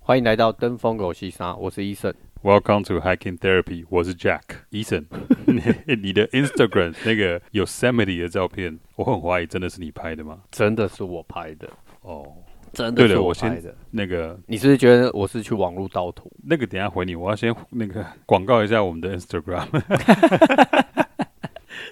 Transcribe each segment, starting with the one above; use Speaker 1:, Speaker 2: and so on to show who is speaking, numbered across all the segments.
Speaker 1: 欢迎来到登峰狗西沙，我是医生。
Speaker 2: Welcome to Hiking Therapy，我是 Jack。医生，你 你的 Instagram 那个 Yosemite 的照片，我很怀疑真的是你拍的吗？
Speaker 1: 真的是我拍的，
Speaker 2: 哦，
Speaker 1: 真
Speaker 2: 对
Speaker 1: 的是
Speaker 2: 了，我
Speaker 1: 拍
Speaker 2: 先
Speaker 1: 的。
Speaker 2: 那个
Speaker 1: 你是不是觉得我是去网络盗图？
Speaker 2: 那个，等一下回你，我要先那个广告一下我们的 Instagram。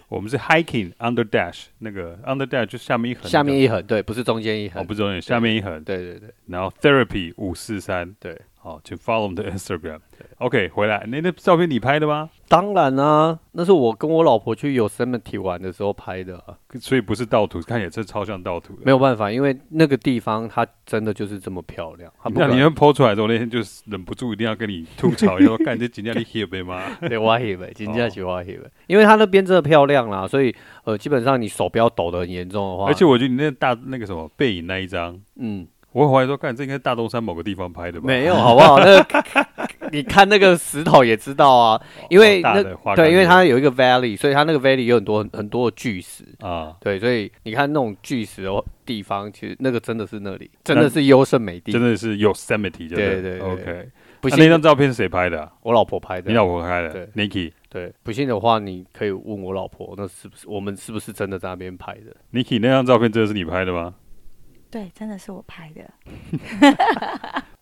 Speaker 2: 我们是 hiking under dash，那个 under dash 就下面一横的，
Speaker 1: 下面一横，对，不是中间一横，
Speaker 2: 哦不是重点，下面一横，
Speaker 1: 对对对
Speaker 2: 然后 therapy 五四三，
Speaker 1: 对，
Speaker 2: 好，请 follow 我们的 Instagram。OK，回来，那那照片你拍的吗？
Speaker 1: 当然啊，那是我跟我老婆去 Yosemite 玩的时候拍的、啊，
Speaker 2: 所以不是盗图，看起来这超像盗图的。
Speaker 1: 没有办法，因为那个地方它真的就是这么漂亮，它不
Speaker 2: 那
Speaker 1: 可
Speaker 2: 你
Speaker 1: 能
Speaker 2: 们抛出来之后，那天就是忍不住一定要跟你吐槽，要干这今天你黑呗 吗？
Speaker 1: 对，我也以为，真正是我也以
Speaker 2: 哦
Speaker 1: 为，因为它那边真的漂亮啦，所以呃，基本上你手不要抖得很严重的话，
Speaker 2: 而且我觉得你那大那个什么背影那一张，
Speaker 1: 嗯，
Speaker 2: 我很怀疑说，干这应该是大东山某个地方拍的吧？
Speaker 1: 没有好不好？那个 你看那个石头也知道啊，因为
Speaker 2: 哦大
Speaker 1: 那
Speaker 2: 的花岗
Speaker 1: 对，
Speaker 2: 岩
Speaker 1: 因为它有一个 valley，所以它那个 valley 有很多很多的巨石，
Speaker 2: 啊，
Speaker 1: 对，所以你看那种巨石的地方，其实那个真的是那里，真的是优胜美地，
Speaker 2: 真的是 Yosemite，就
Speaker 1: 对对
Speaker 2: 对
Speaker 1: 对
Speaker 2: OK，
Speaker 1: 不
Speaker 2: 那
Speaker 1: 信
Speaker 2: 那张照片是谁拍的啊？
Speaker 1: 我老婆拍的
Speaker 2: 你，老婆拍
Speaker 1: 对
Speaker 2: 的，Niki。
Speaker 1: 对，不信的话你可以问我老婆，那是不是我们是不是真的在那边拍的？
Speaker 2: Niki，那张照片真的是你拍的吗？
Speaker 3: 对，真的是我拍的。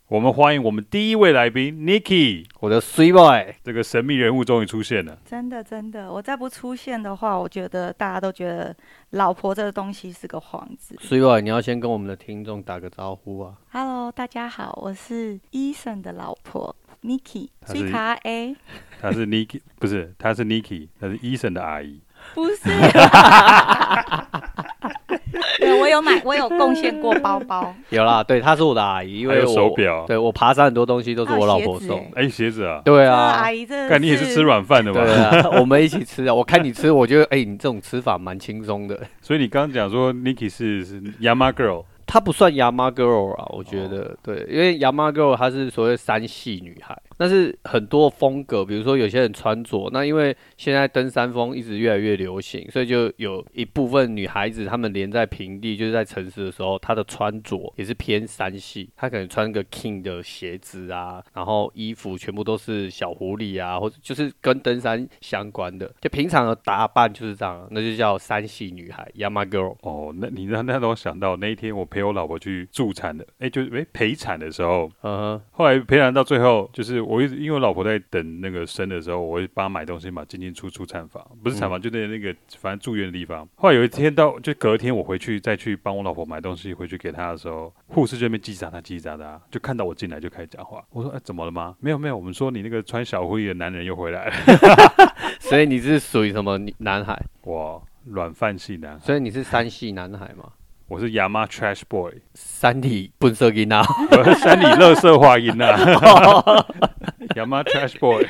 Speaker 2: 我们欢迎我们第一位来宾 Niki，
Speaker 1: 我的 s w e e boy，
Speaker 2: 这个神秘人物终于出现了。
Speaker 3: 真的真的，我再不出现的话，我觉得大家都觉得老婆这个东西是个幌子。
Speaker 1: s w e e boy，你要先跟我们的听众打个招呼啊。
Speaker 3: Hello，大家好，我是 Eason 的老婆 Niki，
Speaker 2: 她是
Speaker 3: 追卡 A，
Speaker 2: 她是 Niki，不是，她是 Niki，她是 Eason 的阿姨。
Speaker 3: 不 是。对，我有买，我有贡献过包包，
Speaker 1: 有啦，对，她是我的阿姨，因
Speaker 2: 还
Speaker 1: 为
Speaker 2: 有
Speaker 1: 我
Speaker 2: 手表
Speaker 1: 对我爬山很多东西都是我老
Speaker 3: 还有
Speaker 1: 婆
Speaker 3: 鞋子
Speaker 1: 送
Speaker 3: 欸
Speaker 1: 的。
Speaker 2: 哎，鞋子啊，
Speaker 1: 对
Speaker 3: 这
Speaker 1: 啊
Speaker 3: 阿，姨这
Speaker 2: 干你也是吃软饭的吧？
Speaker 1: 对啊，我们一起吃啊。我看你吃，我觉得哎、你这种吃法蛮轻松的。
Speaker 2: 所以你刚刚讲说 Niki 是是 Yama Girl，
Speaker 1: 她不算牙妈 girl 啊，我觉得、对，因为牙妈 girl 她是所谓山系女孩，但是很多风格，比如说有些人穿着，那因为现在登山风一直越来越流行，所以就有一部分女孩子，她们连在平地，就是在城市的时候，她的穿着也是偏山系，她可能穿个 king 的鞋子啊，然后衣服全部都是小狐狸啊，或者就是跟登山相关的，就平常的打扮就是这样，那就叫山系女孩牙妈 girl。
Speaker 2: 哦，那你让那让我想到那一天我陪我老婆去助产的，哎，就是哎陪产的时候，
Speaker 1: 嗯哼，
Speaker 2: 后来陪产到最后，就是我一直因为我老婆在等那个生的时候，我会帮她买东西嘛，进进出出产房，不是产房，就在那个反正住院的地方。后来有一天到就隔天我回去再去帮我老婆买东西回去给她的时候，护士这边叽叽喳喳叽叽喳喳，就看到我进来就开始讲话，我说哎怎么了吗？没有没有，我们说你那个穿小灰的男人又回来了，
Speaker 1: 所以你是属于什么女男孩？
Speaker 2: 哇，软饭系男孩。
Speaker 1: 所以你是山系男孩吗？
Speaker 2: 我是亚妈 Trash Boy，
Speaker 1: 山里笨色囡啊！
Speaker 2: 我是山里乐色化音呐、亚妈 Trash Boy，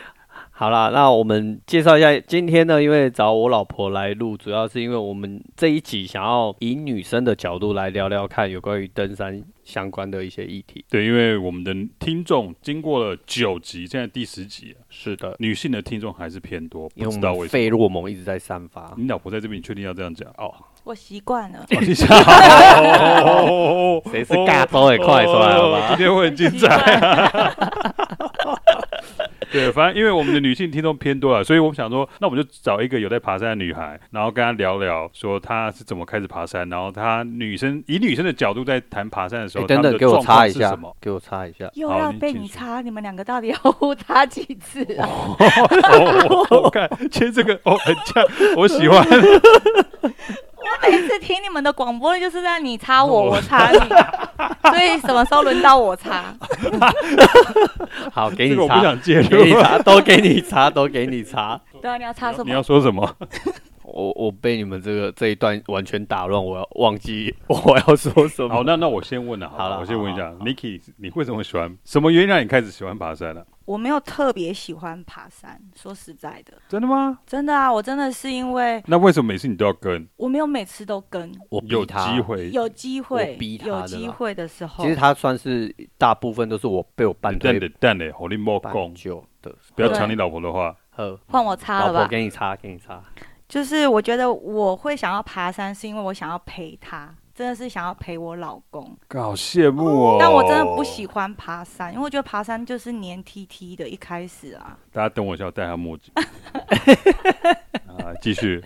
Speaker 1: 好啦，那我们介绍一下，今天呢，因为找我老婆来录，主要是因为我们这一集想要以女生的角度来聊聊看有关于登山相关的一些议题。
Speaker 2: 对，因为我们的听众经过了九集，现在第十集了，
Speaker 1: 是的，
Speaker 2: 女性的听众还是偏多，
Speaker 1: 因为
Speaker 2: 不知
Speaker 1: 我
Speaker 2: 道
Speaker 1: 们
Speaker 2: 为什么。
Speaker 1: 费洛蒙一直在散 发。
Speaker 2: 你老婆在这边，你确定要这样讲？
Speaker 1: 哦，
Speaker 3: 我习惯了。
Speaker 2: 哦你想哦
Speaker 1: 谁是尬招也快出来了吧
Speaker 2: 哦今天会很精
Speaker 3: 习
Speaker 2: 彩。
Speaker 3: 惯
Speaker 2: 对，反正因为我们的女性听众偏多了，所以我们想说，那我们就找一个有在爬山的女孩，然后跟她聊聊，说她是怎么开始爬山，然后她女生以女生的角度在谈爬山的时候，
Speaker 1: 哎，等
Speaker 2: 她
Speaker 1: 等，
Speaker 2: 们的
Speaker 1: 给我
Speaker 2: 状况
Speaker 1: 插一
Speaker 2: 是
Speaker 1: 下
Speaker 2: 什么？，
Speaker 1: 给我插一下。
Speaker 3: 又
Speaker 2: 好
Speaker 3: 要
Speaker 2: 你
Speaker 3: 被
Speaker 2: 请
Speaker 3: 你
Speaker 2: 说
Speaker 3: 插，你们两个到底要呼他几次啊？
Speaker 2: 哦，我我看，其实这个哦很像，我喜欢。
Speaker 3: 我每次听你们的广播就是在你插我，我插你，所以什么时候轮到我 插？
Speaker 1: 好，给
Speaker 2: 这
Speaker 1: 你
Speaker 2: 个我不
Speaker 1: 插，
Speaker 2: 想介
Speaker 1: 给你
Speaker 2: 入。
Speaker 1: 插，都给你插，都给你插。
Speaker 3: 对啊，你要插什
Speaker 2: 你
Speaker 3: 么
Speaker 2: 要？说什么？
Speaker 1: 我我被你们这个这一段完全打乱，我要忘记 我要说什么。
Speaker 2: 好，那那我先问了，
Speaker 1: 好
Speaker 2: 好
Speaker 1: 了
Speaker 2: 了，我先问一下
Speaker 1: 好好好
Speaker 2: ，Niki，你为什么喜欢？什么原因让你开始喜欢爬山呢？
Speaker 3: 我没有特别喜欢爬山，说实在的，
Speaker 2: 真的吗？
Speaker 3: 真的啊，我真的是因为
Speaker 2: 那为什么每次你都要跟？
Speaker 3: 我没有每次都跟，
Speaker 1: 我逼
Speaker 2: 有
Speaker 1: 他
Speaker 2: 机会，
Speaker 3: 有机会
Speaker 1: 我逼他的啦
Speaker 3: 有机会的时候
Speaker 1: 其，实他算是大部分都是我被我半
Speaker 2: 但
Speaker 1: 推
Speaker 2: 的但的，好你莫
Speaker 1: 半
Speaker 2: 讲，
Speaker 1: 就的。
Speaker 2: 不要抢你老婆的话。
Speaker 1: 呵，
Speaker 3: 换我插
Speaker 1: 老
Speaker 3: 了
Speaker 1: 婆
Speaker 3: 吧。
Speaker 1: 给你擦，给你擦。
Speaker 3: 就是我觉得我会想要爬山，是因为我想要陪他。真的是想要陪我老公，
Speaker 2: 好羡慕哦！
Speaker 3: 但我真的不喜欢爬山，因为我觉得爬山就是黏 T T 的，一开始啊，
Speaker 2: 大家等我一下，我戴下墨 镜。啊，继续。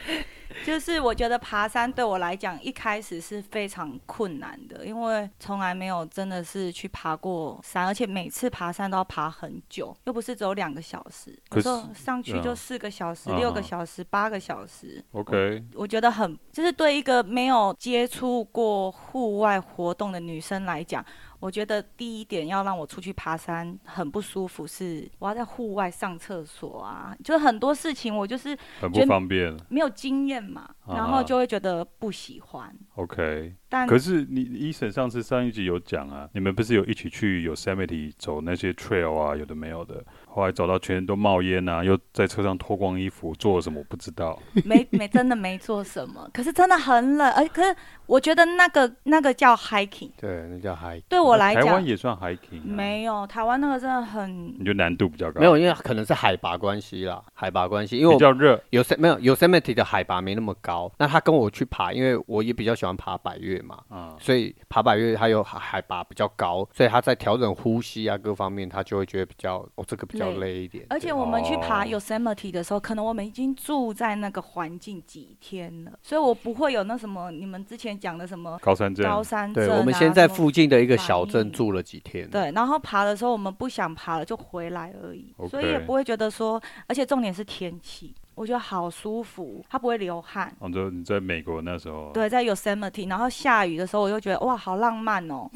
Speaker 3: 就是我觉得爬山对我来讲一开始是非常困难的，因为从来没有真的是去爬过山，而且每次爬山都要爬很久，又不是只有两个小时，
Speaker 2: 可是
Speaker 3: 有时候上去
Speaker 2: 对
Speaker 3: 就
Speaker 2: 啊
Speaker 3: 四个小时、
Speaker 2: 嗯
Speaker 3: 六个
Speaker 2: 嗯
Speaker 3: 小时、八个小时。
Speaker 2: OK，
Speaker 3: 我觉得很，就是对一个没有接触过户外活动的女生来讲，我觉得第一点要让我出去爬山很不舒服是，我要在户外上厕所啊，就是很多事情我就是
Speaker 2: 很不方便。
Speaker 3: 没有经验嘛，
Speaker 2: 啊
Speaker 3: 然后就会觉得不喜欢。
Speaker 2: OK，
Speaker 3: 但
Speaker 2: 可是你医生上次上一集有讲啊，你们不是有一起去 Yosemite 走那些 trail 啊，有的没有的，后来走到全身都冒烟啊，又在车上脱光衣服，做了什么我不知道。
Speaker 3: 没没真的没做什么，可是真的很冷，而可是我觉得那个那个叫 hiking，
Speaker 1: 对，那叫 hike。
Speaker 3: 对我来
Speaker 2: 台湾
Speaker 3: 讲
Speaker 2: 也算 hiking，、啊、，
Speaker 3: 没有台湾那个真的很
Speaker 2: 你就难度比较高，
Speaker 1: 没有，因为可能是海拔关系啦，海拔关系，因为
Speaker 2: 比
Speaker 1: 我
Speaker 2: 较热。
Speaker 1: 有没有 Yosemite 的海拔没那么高，那他跟我去爬，因为我也比较喜欢爬百越嘛，
Speaker 2: 啊，
Speaker 1: 所以爬百越它有海海拔比较高，所以他在调整呼吸啊各方面，他就会觉得比较哦这个比较
Speaker 3: 累
Speaker 1: 累一点。
Speaker 3: 而且我们去爬
Speaker 2: 哦
Speaker 3: Yosemite 的时候，可能我们已经住在那个环境几天了，所以我不会有那什么你们之前讲的什么
Speaker 2: 高山症，
Speaker 3: 高山症、
Speaker 1: 对，
Speaker 3: 啊。
Speaker 1: 对我们先在
Speaker 3: 什么
Speaker 1: 附近的一个小
Speaker 3: 反
Speaker 1: 镇
Speaker 3: 应
Speaker 1: 住了几天。
Speaker 3: 对，然后爬的时候我们不想爬了就回来而已
Speaker 2: OK
Speaker 3: 所以也不会觉得说，而且重点是天气，我觉得好舒服，它不会流汗。
Speaker 2: 我说哦你在美国那时候，
Speaker 1: 哦
Speaker 3: 对，在 Yosemite，然后下雨的时候我又觉得哇，好浪漫哦，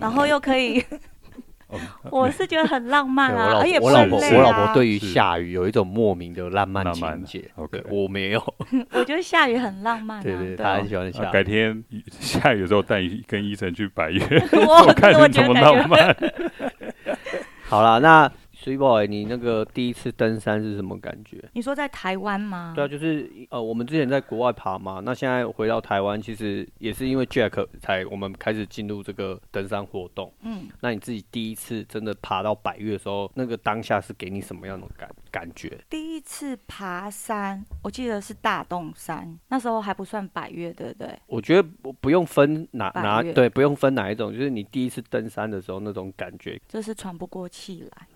Speaker 3: 然后又可以，
Speaker 2: 哦，
Speaker 3: 我是觉得很浪漫
Speaker 1: 对我
Speaker 3: 啊，
Speaker 1: 老
Speaker 3: 而且
Speaker 1: 婆，
Speaker 3: 不
Speaker 1: 我
Speaker 3: 会
Speaker 1: 老婆，
Speaker 3: 累啊。
Speaker 1: 我老婆对于
Speaker 2: 是
Speaker 1: 下雨有一种莫名的浪漫
Speaker 2: 浪漫
Speaker 1: 情
Speaker 2: 的
Speaker 1: 节。
Speaker 2: OK
Speaker 1: 对我没有，
Speaker 3: 我觉得下雨很浪漫啊。
Speaker 1: 对对，
Speaker 3: 对
Speaker 1: 她很喜欢
Speaker 2: 啊
Speaker 1: 下
Speaker 2: 改
Speaker 1: 雨。
Speaker 2: 天 下雨的时候带你跟医生去百越，
Speaker 3: 哦 我
Speaker 2: 我看
Speaker 3: 我
Speaker 2: 你
Speaker 3: 觉
Speaker 2: 怎么
Speaker 3: 得感觉
Speaker 2: 浪漫。
Speaker 1: 好啦，那 Sweet Boy，你那个第一次登山是什么感觉？
Speaker 3: 你说在台湾吗？
Speaker 1: 对啊，就是呃，我们之前在国外爬嘛，那现在回到台湾，其实也是因为 Jack 才我们开始进入这个登山活动。
Speaker 3: 嗯，
Speaker 1: 那你自己第一次真的爬到百越的时候，那个当下是给你什么样的感感觉？
Speaker 3: 第一次爬山，我记得是大洞山，那时候还不算百越，对不对？
Speaker 1: 我觉得不不用分哪
Speaker 3: 百
Speaker 1: 哪
Speaker 3: 越
Speaker 1: 对，不用分哪一种，就是你第一次登山的时候那种感觉。
Speaker 3: 就是喘不过气来，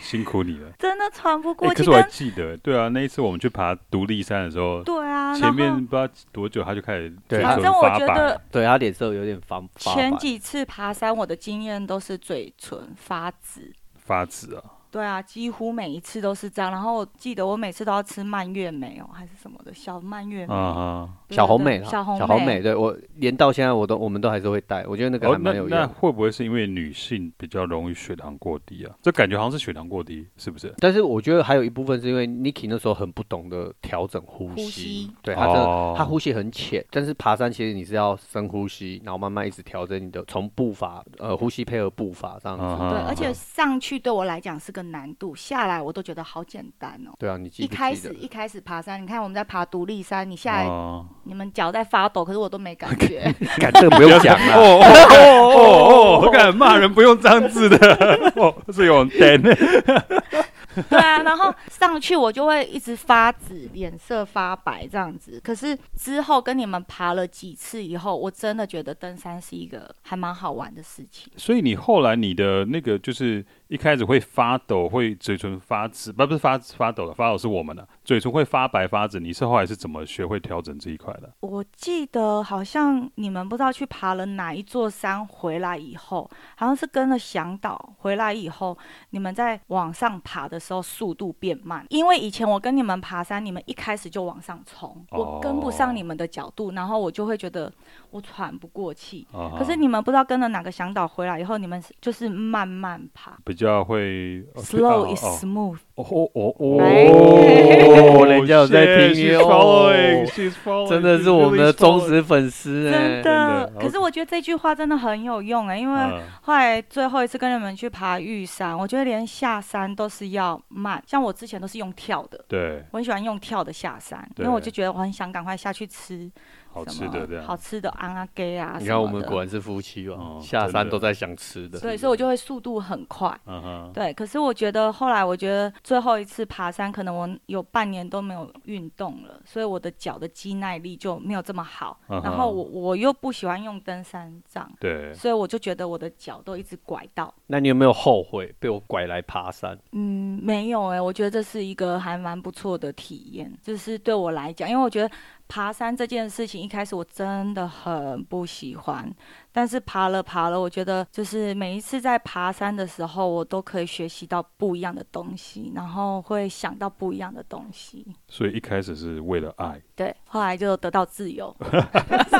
Speaker 2: 辛苦你了。
Speaker 3: 真的喘不
Speaker 2: 哎
Speaker 3: 过
Speaker 2: 可
Speaker 3: 气。
Speaker 2: 是我还
Speaker 3: 跟
Speaker 2: 记得，对啊，那一次我们去爬独立山的时候，
Speaker 3: 对啊，
Speaker 2: 前
Speaker 3: 然
Speaker 2: 面
Speaker 3: 后
Speaker 2: 不知道多久他就开始
Speaker 1: 对
Speaker 2: 嘴
Speaker 1: 啊
Speaker 3: 反
Speaker 2: 唇
Speaker 3: 正我
Speaker 2: 发
Speaker 3: 觉
Speaker 2: 白
Speaker 3: 得，
Speaker 1: 对他脸色有点发发白
Speaker 3: 前。几次爬山，我的经验都是嘴唇发紫。
Speaker 2: 发紫啊，
Speaker 3: 对啊，几乎每一次都是这样。然后我记得我每次都要吃蔓越莓哦，还是什么的小蔓越莓，
Speaker 2: 啊哈。
Speaker 3: 对
Speaker 1: 小
Speaker 3: 对
Speaker 1: 红
Speaker 3: 对
Speaker 1: 美啦，
Speaker 3: 小红
Speaker 1: 美，对我连到现在我都我们都还是会带，我觉得那个
Speaker 2: 哦
Speaker 1: 还，
Speaker 2: 那
Speaker 1: 蛮有用
Speaker 2: 那
Speaker 1: 的。
Speaker 2: 会不会是因为女性比较容易血糖过低啊？这感觉好像是血糖过低，是不是？
Speaker 1: 但是我觉得还有一部分是因为 Niki 那时候很不懂得调整呼
Speaker 3: 呼
Speaker 1: 吸，
Speaker 3: 吸
Speaker 1: 对他真的、
Speaker 2: 哦
Speaker 1: 他呼吸很浅，但是爬山其实你是要深呼吸，然后慢慢一直调整你的从步伐呃呼吸配合步伐这样子。
Speaker 2: 啊哈
Speaker 3: 对，而且上去对我来讲是个难度，下来我都觉得好简单哦。
Speaker 1: 对啊，你记
Speaker 3: 一
Speaker 1: 不
Speaker 3: 开
Speaker 1: 记
Speaker 3: 始
Speaker 1: 得？
Speaker 3: 一开始爬山，你看我们在爬独立山，你下来、
Speaker 2: 哦
Speaker 3: 你们脚在发抖，可是我都没感觉。
Speaker 1: 敢这个不用讲啊了。
Speaker 2: 哦哦 哦哦！我敢骂人不用脏字的， 哦，是有点
Speaker 3: 对啊，然后上去我就会一直发紫，脸色发白这样子。可是之后跟你们爬了几次以后，我真的觉得登山是一个还蛮好玩的事情。
Speaker 2: 所以你后来你的那个就是一开始会发抖，会嘴唇发紫，不不是发发抖了，发抖是我们的、嘴唇会发白发紫。你是后来是怎么学会调整这一块的？
Speaker 3: 我记得好像你们不知道去爬了哪一座山，回来以后好像是跟了向导回来以后，你们在往上爬的时候速度变慢，因为以前我跟你们爬山，你们一开始就往上冲，我跟不
Speaker 2: 哦
Speaker 3: 上你们的角度，然后我就会觉得我喘不过气。
Speaker 2: 啊哈
Speaker 3: 可是你们不知道跟了哪个向导回来以后，你们是就是慢慢爬
Speaker 2: 比较会哦
Speaker 3: ，slow
Speaker 2: 哦
Speaker 3: is smooth。
Speaker 2: 哦哦哦
Speaker 1: 哦
Speaker 3: 哎
Speaker 2: 哦，
Speaker 1: 人家有在听
Speaker 2: She's
Speaker 1: 哦
Speaker 2: following, she's following,
Speaker 1: 真的
Speaker 2: she's
Speaker 1: 是我们的
Speaker 2: really
Speaker 1: 忠实粉丝哎、
Speaker 3: 真的，
Speaker 2: 的哦
Speaker 3: 可是我觉得这句话真的很有用哎、因
Speaker 2: following
Speaker 3: 为后来最后一次跟你们去爬玉山，我觉得连下山都是要慢，像我之前都是用跳的，
Speaker 2: 对，
Speaker 3: 我很喜欢用跳的下山，
Speaker 2: 对
Speaker 3: 因为我就觉得我很想赶快下去吃
Speaker 2: 好
Speaker 3: 什
Speaker 2: 吃的
Speaker 3: 么
Speaker 2: 这样
Speaker 3: 好吃的安阿给啊，
Speaker 1: 你
Speaker 3: 什
Speaker 1: 看
Speaker 3: 么
Speaker 1: 我们
Speaker 3: 的
Speaker 1: 果然是夫妻哦
Speaker 2: 哦，
Speaker 1: 下
Speaker 2: 真
Speaker 1: 山
Speaker 2: 的
Speaker 1: 都在想吃的。
Speaker 3: 对，所以我就会速度很快。
Speaker 2: 嗯哼，
Speaker 3: 对，可是我觉得后来，我觉得最后一次爬山，可能我有半年都没有运动了，所以我的脚的肌耐力就没有这么好。
Speaker 2: 嗯哼
Speaker 3: 然后我我又不喜欢用登山杖，
Speaker 2: 对，
Speaker 3: 所以我就觉得我的脚都一直拐到。
Speaker 1: 那你有没有后悔被我拐来爬山？
Speaker 3: 嗯，没有哎、我觉得这是一个还蛮不错的体验，就是对我来讲，因为我觉得爬山这件事情一开始我真的很不喜欢，但是爬了爬了，我觉得就是每一次在爬山的时候，我都可以学习到不一样的东西，然后会想到不一样的东西。
Speaker 2: 所以一开始是为了爱，
Speaker 3: 对，后来就得到自 由，是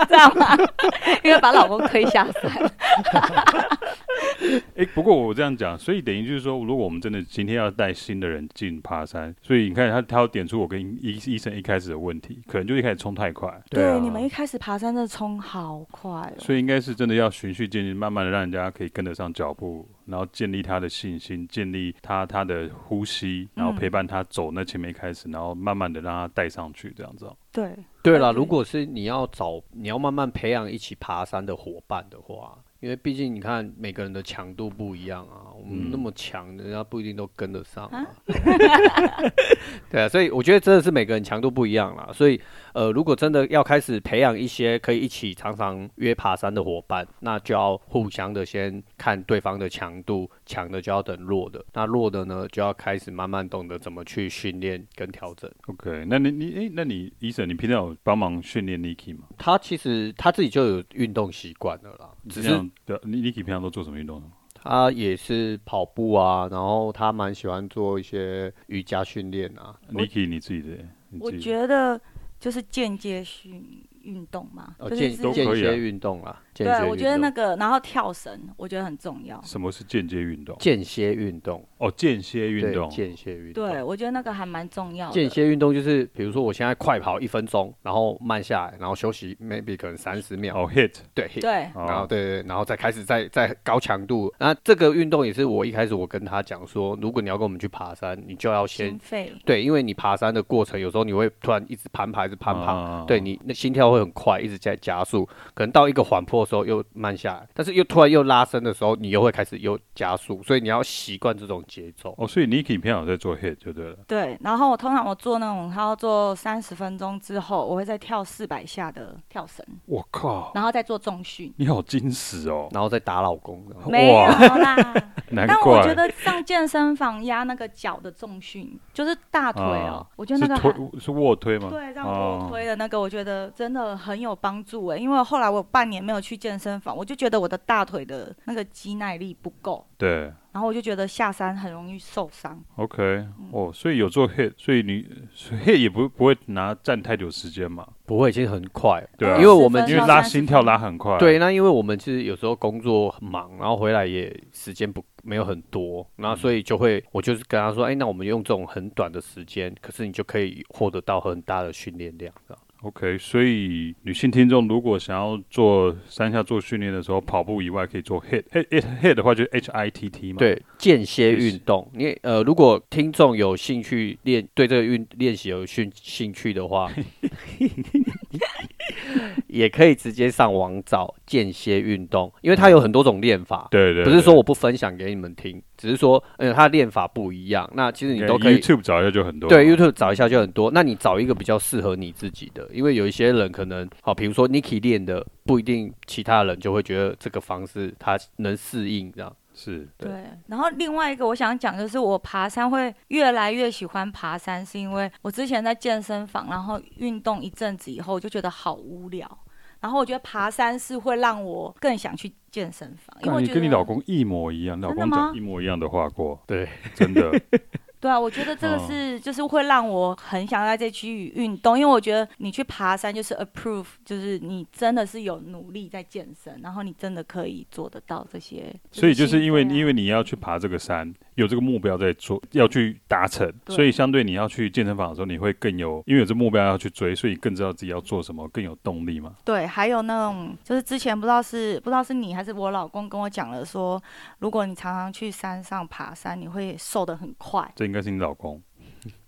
Speaker 3: 这样吗？ 因为把老公推下山，
Speaker 2: 哎，不过我这样讲，所以等于就是说，如果我们真的今天要带新的人进爬山，所以你看他他要点出我跟医医生一开始的问题，可能就一开始冲太快，
Speaker 1: 啊
Speaker 3: 你们一开始爬山真的冲好快哦。
Speaker 2: 所以应该是真的要循序渐进，慢慢的让人家可以跟得上脚步，然后建立他的信心，建立他他的呼吸，然后陪伴他走那前面开始，然后慢慢的让他带上去，这样子哦。
Speaker 3: 对，
Speaker 1: 对
Speaker 3: 对
Speaker 1: 啦，
Speaker 3: 对
Speaker 1: 如果是你要找，你要慢慢培养一起爬山的伙伴的话，因为毕竟你看每个人的强度不一样啊，我们
Speaker 2: 嗯
Speaker 1: 那么强，人家不一定都跟得上啊。 对啊，所以我觉得真的是每个人强度不一样啦，所以呃，如果真的要开始培养一些可以一起常常约爬山的伙伴，那就要互相的先看对方的强度，强的就要等弱的，那弱的呢就要开始慢慢懂得怎么去训练跟调整。
Speaker 2: OK，那你你哎，那你医生，你平常有帮忙训练 Niki 吗？
Speaker 1: 他其实他自己就有运动习惯了啦，
Speaker 2: 嗯
Speaker 1: 只是
Speaker 2: 的 Niki 平常都做什么运动呢？
Speaker 1: 他也是跑步啊，然后他蛮喜欢做一些瑜伽训练啊。
Speaker 2: Niki 你自己的，你
Speaker 3: 我
Speaker 2: 自己
Speaker 3: 觉得就是间接训运动嘛，
Speaker 1: 呃，
Speaker 3: 就是
Speaker 1: 间
Speaker 3: 是
Speaker 2: 都可以
Speaker 1: 间
Speaker 2: 啊
Speaker 1: 歇运动啦，间歇运
Speaker 3: 哦对，啊
Speaker 1: 动
Speaker 3: 我觉得那个，然后跳绳，我觉得很重要。
Speaker 2: 什么是间接运动？
Speaker 1: 间歇运动，
Speaker 2: 哦，间歇
Speaker 1: 对
Speaker 2: 运动。
Speaker 1: 间歇运动，
Speaker 3: 对，我觉得那个还蛮重要的。
Speaker 1: 间歇运动就是，比如说我现在快跑一分钟，然后慢下来，然后休息 maybe 可能三十秒，
Speaker 2: 哦，hit，
Speaker 1: 对，
Speaker 3: 对，
Speaker 2: 哦
Speaker 1: 然后对对，对然后再开始再再高强度。那这个运动也是我一开始我跟他讲说，如果你要跟我们去爬山，你就要先
Speaker 3: 心肺，
Speaker 1: 对，因为你爬山的过程，有时候你会突然一直攀爬，一直攀爬，
Speaker 2: 啊
Speaker 1: 对你那心跳会很快，一直在加速，可能到一个缓坡的时候又慢下来，但是又突然又拉伸的时候，你又会开始又加速，所以你要习惯这种节奏。
Speaker 2: 哦，所以 Niki 平常有在做 hit 就对了。
Speaker 3: 对。然后我通常我做那种，他要做三十分钟之后，我会再跳四百下的跳绳，
Speaker 2: 我靠，
Speaker 3: 然后再做重训。
Speaker 2: 你好矜持哦，
Speaker 1: 然后再打老公，然后
Speaker 3: 没有啦，
Speaker 2: 难
Speaker 3: 但我
Speaker 2: 怪
Speaker 3: 觉得上健身房压那个脚的重训，就是大腿
Speaker 2: 啊，
Speaker 3: 哦我觉得
Speaker 2: 是
Speaker 3: 那个还
Speaker 2: 推是卧推吗？
Speaker 3: 对，这样
Speaker 2: 哦
Speaker 3: 我推的那个，我觉得真的很有帮助哎、因为后来我半年没有去健身房，我就觉得我的大腿的那个肌耐力不够，
Speaker 2: 对
Speaker 3: 然后我就觉得下山很容易受伤。
Speaker 2: ，OK，哦，
Speaker 3: 嗯
Speaker 2: 所以有做 hit，所以你所以 hit 也不不会拿占太久时间嘛，
Speaker 1: 不会，其实很快，
Speaker 2: 对啊
Speaker 1: 因为我们
Speaker 3: 20
Speaker 1: 就
Speaker 2: 因为
Speaker 3: 分钟
Speaker 2: 拉
Speaker 3: 30
Speaker 2: 心跳拉很快，
Speaker 1: 对，，那因为我们其实有时候工作很忙，然后回来也时间不没有很多，
Speaker 2: 嗯
Speaker 1: 那所以就会我就是跟他说，哎，那我们用这种很短的时间，可是你就可以获得到很大的训练量，这样
Speaker 2: OK，所以女性听众如果想要做山下做训练的时候，跑步以外可以做 hit，hit hit, hit 的话就是 H I T T 嘛。，
Speaker 1: 对间歇
Speaker 2: 就是
Speaker 1: 运动，你也呃，如果听众有兴趣练对这个运练习有兴兴趣的话，也可以直接上网找间歇运动，因为它有很多种练法，
Speaker 2: 对对
Speaker 1: 不是说我不分享给你们听，只是说呃，它练法不一样，那其实你
Speaker 2: 你
Speaker 1: 都可以。
Speaker 2: YouTube 啊找一下就很多。
Speaker 1: 对 YouTube 找一下就很多，那你找一个比较适合你自己的，因为有一些人可能，好，比如说 Niki 练的不一定，其他人就会觉得这个方式他能适应这样。
Speaker 2: 是
Speaker 1: 对
Speaker 3: 对，然后另外一个我想讲就是，我爬山会越来越喜欢爬山，是因为我之前在健身房，然后运动一阵子以后，我就觉得好无聊。然后我觉得爬山是会让我更想去健身房，因为
Speaker 2: 干
Speaker 3: 我
Speaker 2: 你
Speaker 3: 觉得
Speaker 2: 跟你老公一模一样，老
Speaker 3: 真的
Speaker 2: 公
Speaker 3: 吗
Speaker 2: 讲一模一样的话过，
Speaker 1: 对，
Speaker 2: 真的。
Speaker 3: 对啊，我觉得这个
Speaker 2: 嗯
Speaker 3: 是就是会让我很想要在这区域运动，因为我觉得你去爬山就是 approve，就是你真的是有努力在健身，然后你真的可以做得到这些。
Speaker 2: 所以就是因为因
Speaker 3: 为
Speaker 2: 为你要去爬这个山，有这个目标在做，要去达成，
Speaker 3: 对
Speaker 2: 所以相对你要去健身房的时候，你会更有，因为有这目标要去追，所以更知道自己要做什么，更有动力嘛。
Speaker 3: 对，还有那种就是之前不知道是不知道是你还是我老公跟我讲了说，如果你常常去山上爬山，你会瘦得很快。
Speaker 2: 这应该是你老公，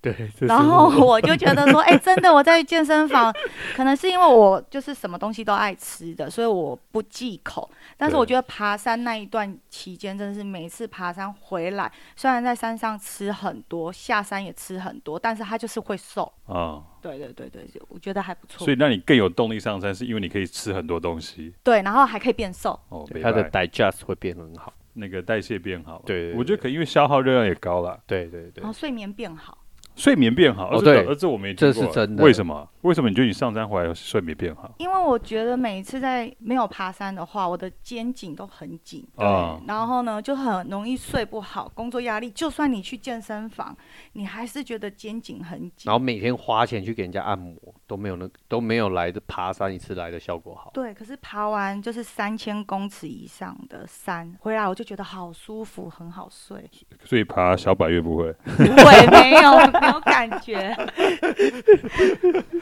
Speaker 1: 对，这是
Speaker 3: 然后
Speaker 1: 我
Speaker 3: 我就觉得说，哎、真的我在健身房，可能是因为我就是什么东西都爱吃的，所以我不忌口。但是我
Speaker 2: 对
Speaker 3: 觉得爬山那一段期间，真的是每次爬山回来，虽然在山上吃很多，下山也吃很多，但是它就是会瘦。
Speaker 2: 啊，
Speaker 3: 对对对对，我觉得还不错
Speaker 2: 所以。让你更有动力上山，是因为你可以吃很多东西
Speaker 3: 对，然后还可以变瘦。
Speaker 2: 哦，
Speaker 1: 对
Speaker 2: 没
Speaker 1: 它的
Speaker 2: 办法
Speaker 1: digest 会变很好。
Speaker 2: 那个代谢变好了。
Speaker 1: 对对对
Speaker 2: 我觉得可能因为消耗热量也高了，
Speaker 1: 对对对
Speaker 3: 然后，睡眠变好，
Speaker 2: 睡眠变好。
Speaker 1: 哦
Speaker 2: 而这
Speaker 1: 对
Speaker 2: 而这我没
Speaker 1: 这
Speaker 2: 听过
Speaker 1: 是真的
Speaker 2: 为什么？为什么你觉得你上山回来睡眠变好？
Speaker 3: 因为我觉得每一次在没有爬山的话，我的肩颈都很紧，
Speaker 2: 啊
Speaker 3: 然后呢就很容易睡不好，工作压力，就算你去健身房，你还是觉得肩颈很紧
Speaker 1: 然。后每天花钱去给人家按摩，都没有那都没有来的爬山一次来的效果好。
Speaker 3: 对，可是爬完就是三千公尺以上的山，回来我就觉得好舒服，很好睡。
Speaker 2: 所以爬小百越不会。
Speaker 3: 对，没有没有感 觉，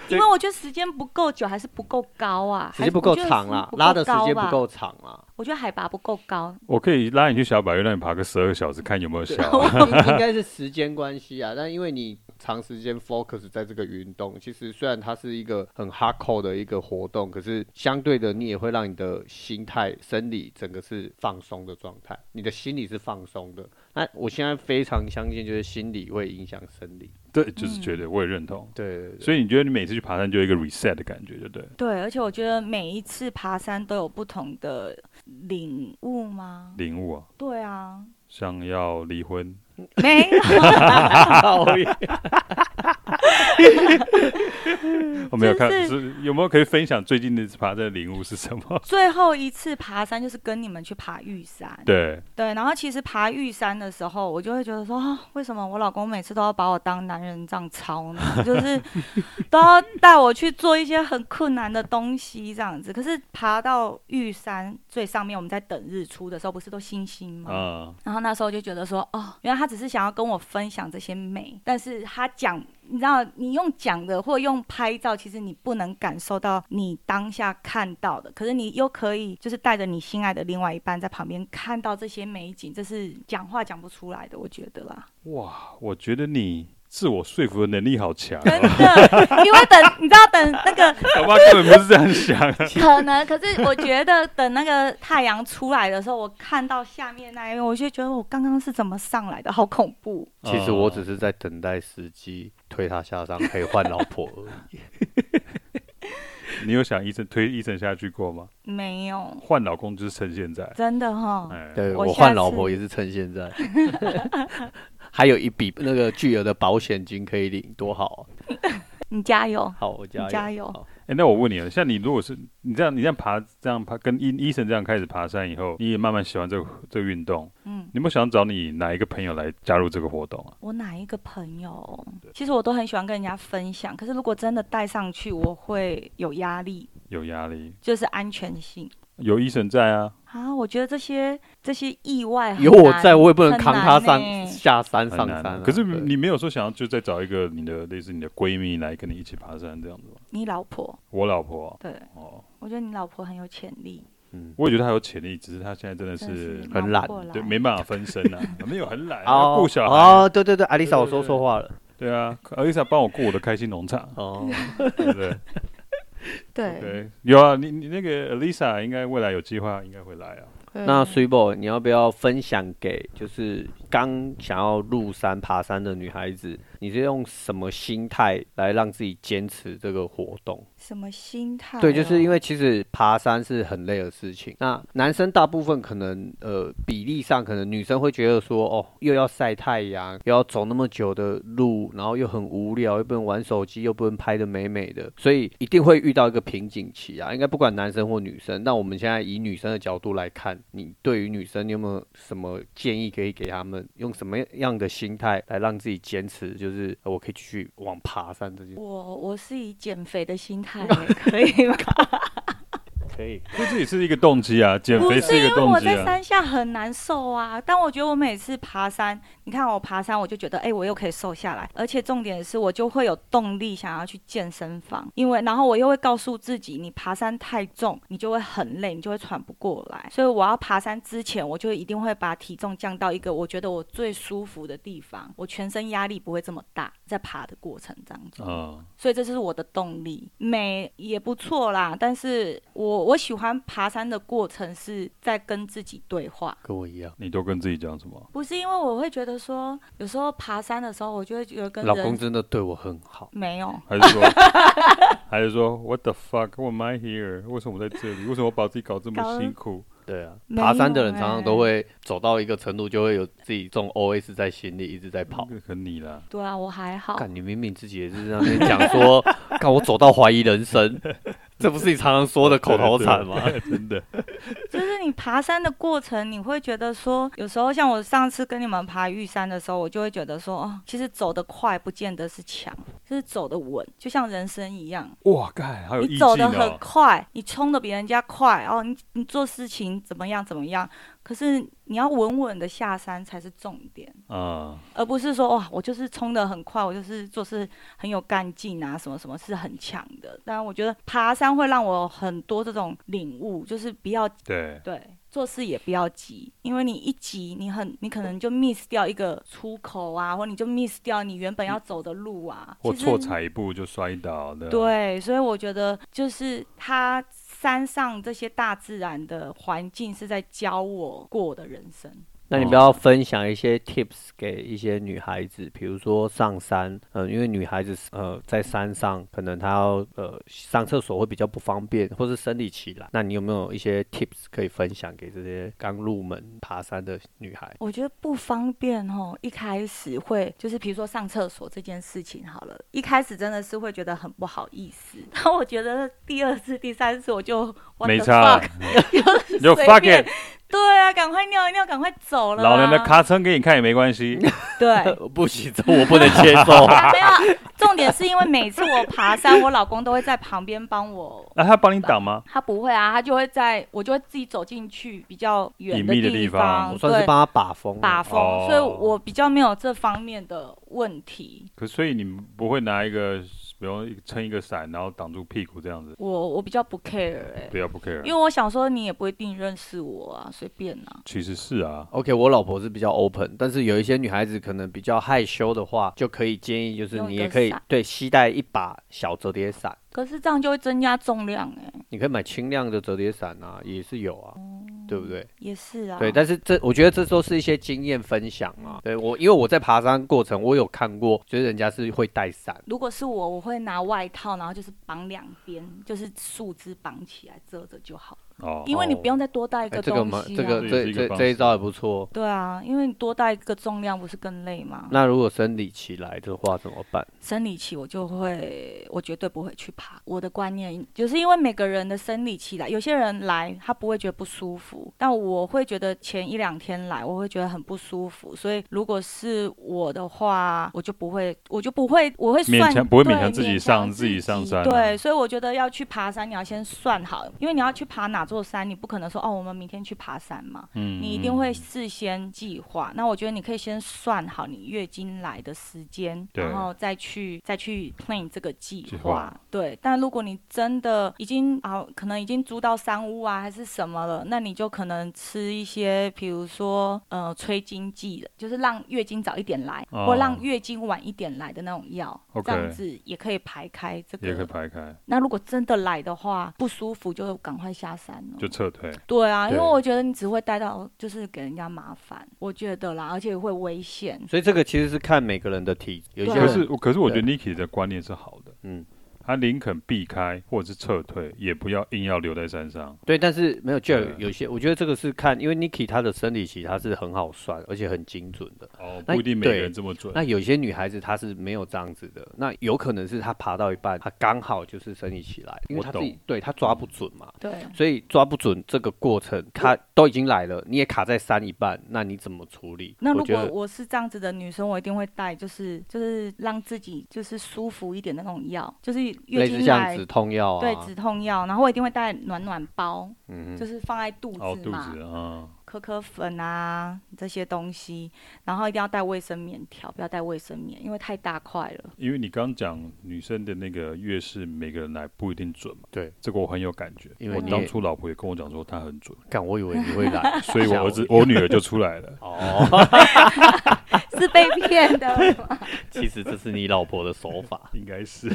Speaker 3: 因为我觉得时间不够久，还是不够高啊，
Speaker 1: 时
Speaker 3: 还是
Speaker 1: 间不够
Speaker 3: 我觉得
Speaker 1: 长
Speaker 3: 是
Speaker 1: 啦
Speaker 3: 不，够
Speaker 1: 拉的时
Speaker 3: 高
Speaker 1: 间
Speaker 3: 吧
Speaker 1: 不够长啦。
Speaker 3: 我觉得海拔不够高，
Speaker 2: 我可以拉你去小百越，让你爬个十二小时，看有没有效。
Speaker 1: 啊 应该是时间关系啊，但因为你长时间 focus 在这个运动，其实虽然它是一个很 hardcore 的一个活动，可是相对的，你也会让你的心态、生理整个是放松的状态，你的心理是放松的。那我现在非常相信，就是心理会影响生理。
Speaker 2: 对，就是觉
Speaker 3: 嗯
Speaker 2: 得我也认同。
Speaker 1: 对对 对，
Speaker 2: 所以你觉得你每次去爬山就有一个 reset 的感觉，对不对？
Speaker 3: 对，而且我觉得每一次爬山都有不同的领悟吗？
Speaker 2: 领悟啊，
Speaker 3: 对啊，
Speaker 2: 像要离婚，
Speaker 3: 没有，
Speaker 2: 我没有
Speaker 3: 就
Speaker 2: 看，
Speaker 3: 是？
Speaker 2: 是有没有可以分享最近的爬山的领悟是什么
Speaker 3: 最后一次爬山就是跟你们去爬玉山。
Speaker 2: 对，
Speaker 3: 对然后其实爬玉山的时候，我就会觉得说，啊，为什么我老公每次都要把我当男人这样操呢？就是都要带我去做一些很困难的东西这样子。可是爬到玉山最上面，我们在等日出的时候，不是都星星吗？
Speaker 2: 啊、
Speaker 3: 然后那时候就觉得说，哦，原来他只是想要跟我分享这些美，但是他讲，你知道，你用讲的或用拍照，其实你不能感受到你当下看到的，可是你又可以就是带着你心爱的另外一半在旁边看到这些美景，这是讲话讲不出来的，我觉得啦，
Speaker 2: 哇，我觉得你自我说服的能力好强、
Speaker 3: 真
Speaker 2: 哦，
Speaker 3: 的， 因为等你知道等那个
Speaker 2: 好吧，根本不是这样想、啊。
Speaker 3: 可能，可是我觉得等那个太阳出来的时候，我看到下面那一面，我就觉得我刚刚是怎么上来的，好恐怖。
Speaker 1: 其实
Speaker 3: 哦
Speaker 1: 我只是在等待时机推他下山，可以换老婆而已。
Speaker 2: 你有想医生推医生下去过吗？
Speaker 3: 没有，
Speaker 2: 换老公就是趁现在，
Speaker 3: 真的哈。
Speaker 2: 哎，
Speaker 1: 对
Speaker 3: 我
Speaker 1: 我
Speaker 3: 下
Speaker 1: 换老
Speaker 3: 次
Speaker 1: 婆也是趁现 在，还有一笔那个巨额的保险金可以领，多好啊！
Speaker 3: 你加油！
Speaker 1: 好，我加油，
Speaker 3: 加油
Speaker 1: 好
Speaker 2: 哎、那我问你啊，像你如果是你这样，你这样爬，这样爬，跟医医生这样开始爬山以后，你也慢慢喜欢这个这个运动，
Speaker 3: 嗯，
Speaker 2: 你有没有想找你哪一个朋友来加入这个活动啊？
Speaker 3: 我哪一个朋友？其实我都很喜欢跟人家分享，可是如果真的带上去，我会有压力，
Speaker 2: 有压力，
Speaker 3: 就是安全性
Speaker 2: 有医生在啊，
Speaker 3: 啊。我觉得这些这些意外很
Speaker 1: 有我在，
Speaker 3: 难
Speaker 1: 我也不能
Speaker 3: 很
Speaker 1: 扛他
Speaker 3: 难
Speaker 1: 上
Speaker 3: 欸
Speaker 1: 下山
Speaker 2: 很
Speaker 1: 上
Speaker 2: 难
Speaker 1: 山
Speaker 2: 啊
Speaker 1: 啊。
Speaker 2: 可是
Speaker 1: 对
Speaker 2: 你没有说想要就再找一个你的类似你的闺蜜来跟你一起爬山这样子吗？
Speaker 3: 你老婆，
Speaker 2: 我老婆啊
Speaker 3: 对
Speaker 2: 哦，
Speaker 3: 我觉得你老婆很有潜力，
Speaker 1: 嗯，
Speaker 2: 我也觉得她有潜力，只是她现在真的
Speaker 3: 真的
Speaker 2: 是
Speaker 3: 是
Speaker 1: 很
Speaker 3: 忙
Speaker 1: 懒
Speaker 3: 过来
Speaker 2: 对没办法分身啊， 没有很懒，要
Speaker 1: 哦
Speaker 2: 顾小孩，
Speaker 1: 哦，对对对，艾丽莎，
Speaker 2: 对
Speaker 1: 我
Speaker 2: 对
Speaker 1: 说
Speaker 2: 对
Speaker 1: 错话了。，
Speaker 2: 对啊，而且她帮我顾我的开心农场
Speaker 1: 哦，
Speaker 2: 对不对？
Speaker 3: 对，
Speaker 2: 对，有啊，你你那个 Lisa 应该未来有计划，应该会来啊。
Speaker 1: 那
Speaker 3: 所以
Speaker 1: s u b o 你要不要分享给就是刚想要入山爬山的女孩子？你是用什么心态来让自己坚持这个活动？
Speaker 3: 什么心态哦？
Speaker 1: 对，就是因
Speaker 3: 为
Speaker 1: 为其实爬山是很累的事情。那男生大部分可能呃比例上，可能女生会觉得说，哦，又要晒太阳，又要走那么久的路，然后又很无聊，又不能玩手机，又不能拍的美美的，所以一定会遇到一个瓶颈期啊。应该不管男生或女生，那我们现在以女生的角度来看，你对于女生你有没有什么建议可以给他们？用什么样的心态来让自己坚持？就是、呃我可以继续往
Speaker 3: 哦
Speaker 1: 爬山这件事。
Speaker 3: 我我是以减肥的心态，可以吗？
Speaker 1: 可以。
Speaker 2: 所以这也是一个动机 啊，减
Speaker 3: 不
Speaker 2: 肥
Speaker 3: 是
Speaker 2: 一
Speaker 3: 因
Speaker 2: 个
Speaker 3: 为我
Speaker 2: 动机
Speaker 3: 在
Speaker 2: 啊。
Speaker 3: 山下很难瘦啊，但我觉得我每次爬山，你看我爬山，我就觉得哎、我又可以瘦下来，而且重点是我就会有动力想要去健身房，因为然后我又会告诉自己，你爬山太重，你就会很累，你就会喘不过来，所以我要爬山之前，我就一定会把体重降到一个我觉得我最舒服的地方，我全身压力不会这么大，在爬的过程当中。
Speaker 2: 嗯，
Speaker 3: 所以这就是我的动力。美也不错啦，但是我我喜欢爬山的过程是在跟自己对话，
Speaker 1: 跟我一样，
Speaker 2: 你都跟自己讲什么？
Speaker 3: 不是因为我会觉得说，有时候爬山的时候，我就会觉得跟
Speaker 1: 老公
Speaker 3: 人
Speaker 1: 真的对我很好。
Speaker 3: 没有。
Speaker 2: 还是说， 还是说，What the fuck? Why am I here？为什么我在这里？为什么我把自己搞这
Speaker 3: 搞
Speaker 2: 么辛苦？
Speaker 1: 对啊，
Speaker 3: 没
Speaker 1: 爬山的
Speaker 3: 有
Speaker 1: 人常常
Speaker 3: 欸
Speaker 1: 都会走到一个程度，就会有自己这种 OS 在心里一直在跑。
Speaker 2: 那个很你啦，
Speaker 3: 对啊，我还好。
Speaker 1: 看你明明自己也是在那边讲说，看我走到怀疑人生， 这不是你常常说的口头禅吗？
Speaker 2: 真的。
Speaker 3: 就是你爬山的过程，你会觉得说，有时候像我上次跟你们爬玉山的时候，我就会觉得说，哦，其实走得快不见得是强，就是走得稳，就像人生一样。
Speaker 2: 哇，干，还有
Speaker 3: 你
Speaker 2: 意
Speaker 3: 走
Speaker 2: 境
Speaker 3: 得很
Speaker 2: 哦。
Speaker 3: 快，你冲得比人家快，哦，你你做事情怎么样怎么样，可是你要稳稳的下山才是重点，
Speaker 2: 啊，
Speaker 3: 而不是说哇，我就是冲得很快，我就是做事很有干劲啊，什么什么是很强的。但我觉得爬山会让我很多这种领悟，就是不要
Speaker 2: 对，
Speaker 3: 对做事也不要急，因为你一急，你很你可能就 miss 掉一个出口啊，或你就 miss 掉你原本要走的路啊，
Speaker 2: 嗯或
Speaker 3: 其实
Speaker 2: 错踩一步就摔倒的。，
Speaker 3: 对，所以我觉得就是它山上这些大自然的环境是在教我过我的人生。
Speaker 1: 那你不要分享一些 tips 给一些女孩子，比如说上山，呃，因为女孩子呃在山上可能她要呃上厕所会比较不方便，或是生理期来，那你有没有一些 tips 可以分享给这些刚入门爬山的女孩？
Speaker 3: 我觉得不方便哦，一开始会就是比如说上厕所这件事情好了，一开始真的是会觉得很不好意思， 但我觉得第二次、第三次我就 what
Speaker 2: 没
Speaker 3: the
Speaker 2: 差
Speaker 3: fuck，，
Speaker 2: 你就
Speaker 3: 随
Speaker 2: fuck
Speaker 3: 便
Speaker 2: it，
Speaker 3: 对啊，赶快尿一尿，赶快走了啦，啊
Speaker 2: 老娘的卡层给你看也没关 系。
Speaker 3: 对。
Speaker 1: 不行，这我不能接 受。
Speaker 3: 啊没有，重点是因为每次我爬山，我老公都会在旁边帮我
Speaker 2: 那他帮你挡吗？
Speaker 3: 他不会啊，他就会在我就会自己走进去比较远
Speaker 2: 隐秘的地
Speaker 3: 地
Speaker 2: 方
Speaker 1: 我算是
Speaker 3: 对，
Speaker 1: 帮她把风了，
Speaker 3: 把风，
Speaker 2: 哦
Speaker 3: 所以我比较没有这方面的问题。
Speaker 2: 可所以你们不会拿一个，比如一个撑一个伞，然后挡住屁股这样子，
Speaker 3: 我我比较不 care 哎、
Speaker 2: 不要不 care
Speaker 3: 因为。我想说你也不一定认识我啊，随便啊。
Speaker 2: 其实是啊，
Speaker 1: OK，我老婆是比较 open，但是有一些女孩子可能比较害羞的话，就可以建议就是
Speaker 3: 用
Speaker 1: 你
Speaker 3: 一个
Speaker 1: 也可以
Speaker 3: 伞
Speaker 1: 对携带一把小折叠伞，
Speaker 3: 可是这样就会增加重量哎、
Speaker 1: 你可以买轻量的折叠伞啊，也是有啊，对不对？
Speaker 3: 也哦是啊。
Speaker 1: 对，但是这我觉得这都是一些经验分享啊。对我，因为我在爬山过程，我有看过，就是人家是会带伞，
Speaker 3: 如果是我，我会拿外套，然后就是绑两边，就是树枝绑起来遮着就好，
Speaker 2: 哦，
Speaker 3: 因为你不用再多带一
Speaker 1: 哎，
Speaker 3: 个
Speaker 1: 这
Speaker 3: 东
Speaker 1: 个
Speaker 3: 西、
Speaker 1: 嘛，
Speaker 3: 啊
Speaker 1: 这个
Speaker 2: 这也
Speaker 1: 这
Speaker 2: 是一个
Speaker 1: 这
Speaker 2: 方
Speaker 1: 这一
Speaker 2: 式
Speaker 1: 招也不错。哦
Speaker 3: 对啊，因为你多带一个重量不是更累吗？
Speaker 1: 那如果生理期来的话怎么办？
Speaker 3: 生理期我就会，我绝对不会去爬。我的观念就是因为每个人的生理期来，有些人来他不会觉得不舒服，但我会觉得前一两天来我会觉得很不舒服，所以如果是我的话，我就不会，我就不会，我会算
Speaker 2: 勉强不会勉
Speaker 3: 对
Speaker 2: 强自己
Speaker 3: 勉
Speaker 2: 上
Speaker 3: 自
Speaker 2: 自己上山啊
Speaker 3: 对，所以我觉得要去爬山，你要先算好，因为你要去爬哪座山，你不可能说哦，我们明天去爬山嘛，
Speaker 2: 嗯
Speaker 3: 你一定会事先计划。那我觉得你可以先算好你月经来的时间，
Speaker 2: 对
Speaker 3: 然后再去再去 plan 这个计
Speaker 2: 计
Speaker 3: 划
Speaker 2: 划。
Speaker 3: 对，但如果你真的已经啊，可能已经租到山屋啊，还是什么了，那你就可能吃一些，比如说呃催经剂的，就是让月经早一点来，
Speaker 2: 哦
Speaker 3: 或让月经晚一点来的那种药
Speaker 2: OK
Speaker 3: 这样子也可以排开这
Speaker 2: 也可以
Speaker 3: 个。
Speaker 2: 排开，
Speaker 3: 那如果真的来的话，不舒服就赶快下山了。
Speaker 2: 就撤退。
Speaker 3: 对啊，因为
Speaker 1: 对
Speaker 3: 我觉得你只会带到就是给人家麻烦，我觉得啦，而且会危险。
Speaker 1: 所以这个其实是看每个人的体，有一
Speaker 3: 对
Speaker 1: 些
Speaker 3: 啊
Speaker 2: 可
Speaker 1: 人
Speaker 2: 是可是我觉得 Niki 的观念是好的，
Speaker 1: 嗯。
Speaker 2: 他宁肯避开或者是撤退，也不要硬要留在山上。
Speaker 1: 对，但是没有就
Speaker 2: 对啊
Speaker 1: 有些，我觉得这个是看，因为 Niki 她的生理期她是很好算，而且很精准的。
Speaker 2: 哦，
Speaker 1: 那
Speaker 2: 不一定每个
Speaker 1: 对
Speaker 2: 人这么准。
Speaker 1: 那有些女孩子她是没有这样子的，那有可能是她爬到一半，她刚好就是生理期来，因为
Speaker 2: 我
Speaker 1: 她自己
Speaker 2: 懂
Speaker 1: 对她抓不准嘛，
Speaker 3: 对，
Speaker 1: 所以抓不准这个过程，她都已经来了，你也卡在山一半，那你怎么处理？
Speaker 3: 那如
Speaker 1: 我觉
Speaker 3: 果
Speaker 1: 得
Speaker 3: 我是这样子的女生，我一定会带，就是就是让自己就是舒服一点的那种药，就是月
Speaker 1: 类似
Speaker 3: 经
Speaker 1: 像
Speaker 3: 来，
Speaker 1: 止痛药啊，
Speaker 3: 对止痛药，然后我一定会带暖暖包，
Speaker 1: 嗯
Speaker 3: 就
Speaker 1: 哼，
Speaker 3: 是放在肚
Speaker 2: 凹
Speaker 3: 子
Speaker 2: 哦肚
Speaker 3: 嘛，
Speaker 2: 子啊，
Speaker 3: 可可粉啊这些东西，然后一定要带卫生棉条，不要带卫生棉，因为太大块了。
Speaker 2: 因为你刚讲女生的那个月事，每个人来不一定准嘛。
Speaker 1: 对，
Speaker 2: 这个我很有感觉，
Speaker 1: 因为
Speaker 2: 我
Speaker 1: 你
Speaker 2: 当
Speaker 1: 也
Speaker 2: 初老婆也跟我讲说她很准，
Speaker 1: 干我以为你会来，
Speaker 2: 所以我
Speaker 1: 吓
Speaker 2: 儿子
Speaker 1: 一跳
Speaker 2: 我女儿就出来了。
Speaker 1: 哦，
Speaker 3: 是被骗 的吗，
Speaker 1: 其实这是你老婆的手 法，
Speaker 2: 应该是。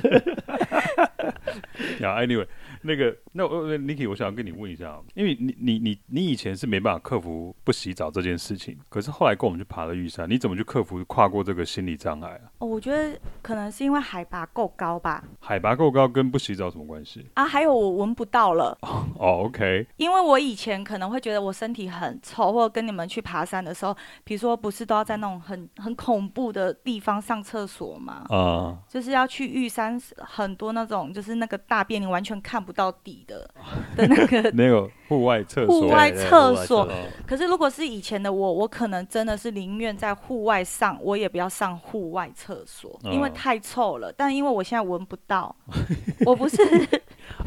Speaker 2: 呀、yeah,，anyway，那个，那我呃 Niki，我想跟你问一下，因为你你你你以前是没办法克服不洗澡这件事情，可是后来跟我们去爬了玉山，你怎么去克服跨过这个心理障碍啊？
Speaker 3: 哦我觉得可能是因为海拔够高吧。
Speaker 2: 海拔够高跟不洗澡有什么关系？
Speaker 3: 啊，还有我闻不到了，
Speaker 2: 哦，OK，
Speaker 3: 因为我以前可能会觉得我身体很臭，或者跟你们去爬山的时候，比如说不是都要在那种很很恐怖的地方上厕所嘛，
Speaker 2: 啊、
Speaker 3: 就是要去玉山很多那种就是那个大便你完全看不到底的的那个
Speaker 2: 那个户外厕所，
Speaker 3: 户外
Speaker 1: 对对
Speaker 3: 厕
Speaker 1: 户外
Speaker 3: 所可是如果是以前的我，我可能真的是宁愿在户外上，我也不要上户外厕所，因为
Speaker 2: 嗯
Speaker 3: 太臭了。但因为我现在闻不 到，我不是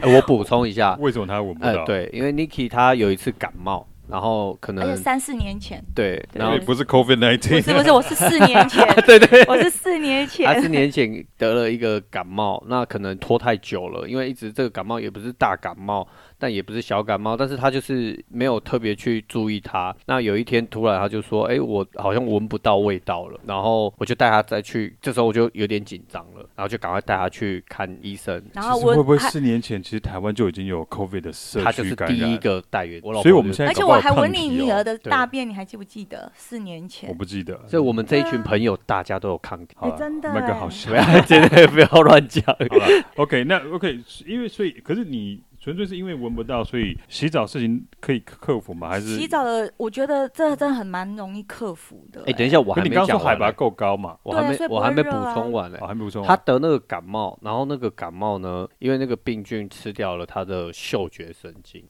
Speaker 1: 哎，我补充一下，
Speaker 2: 为什么他闻不到？
Speaker 1: 呃，，对，因为 Niki 她有一次感冒，然后可
Speaker 3: 而且
Speaker 1: 能
Speaker 3: 三四年前，
Speaker 1: 对，然后
Speaker 2: 不是 COVID
Speaker 3: 不是不
Speaker 2: nineteen，
Speaker 3: 是，我是四年前，
Speaker 1: 对 对，
Speaker 3: 我是四 年
Speaker 1: 他
Speaker 2: 啊
Speaker 3: 前。
Speaker 1: 是年前得了一个感冒，那可能拖太久了，因为一直这个感冒也不是大感冒，但也不是小感冒，但是他就是没有特别去注意它。那有一天突然他就说：“哎、我好像闻不到味道了。”然后我就带他再去，这时候我就有点紧张了，然后就赶快带他去看医生。
Speaker 3: 然后
Speaker 2: 会不会
Speaker 3: 我还，
Speaker 2: 四年前其实台湾就已经有 COVID 的社
Speaker 1: 他就
Speaker 2: 区
Speaker 1: 是
Speaker 2: 感
Speaker 1: 第
Speaker 2: 染？
Speaker 1: 一个带源，我老婆
Speaker 2: 所以我们
Speaker 1: 就
Speaker 2: 现在
Speaker 3: 而且
Speaker 2: 搞不
Speaker 3: 我
Speaker 2: 好
Speaker 3: 还闻
Speaker 2: 抗
Speaker 3: 你
Speaker 2: 体
Speaker 3: 女
Speaker 2: 哦
Speaker 3: 儿的
Speaker 1: 对
Speaker 3: 大便，你还记不记得？四年前
Speaker 2: 我，不记得，
Speaker 1: 所以我们这一群朋友大家都有抗体。
Speaker 2: 好了
Speaker 3: 真的
Speaker 2: 那个
Speaker 3: 欸
Speaker 2: 好笑
Speaker 1: 不。要，真的不要乱讲。
Speaker 2: 好了，OK，那 OK，因为所以，可是你纯粹是因为闻不到，所以洗澡事情可以克服吗？还是
Speaker 3: 洗？澡的，我觉得这真的很蛮容易克服的 欸。
Speaker 1: 哎、等一下，我
Speaker 2: 可
Speaker 1: 还
Speaker 2: 你
Speaker 1: 没
Speaker 2: 刚
Speaker 1: 讲
Speaker 2: 刚说海
Speaker 1: 完
Speaker 2: 拔
Speaker 1: 呢，
Speaker 2: 够高嘛？
Speaker 1: 我还
Speaker 3: 对
Speaker 1: 没、
Speaker 3: 所以不
Speaker 1: 我还
Speaker 3: 会
Speaker 1: 没补
Speaker 3: 热啊
Speaker 1: 充完呢、
Speaker 2: 哦，还没补充完。
Speaker 1: 他得那个感冒，然后那个感冒呢，因为那个病菌吃掉了他的嗅觉神经。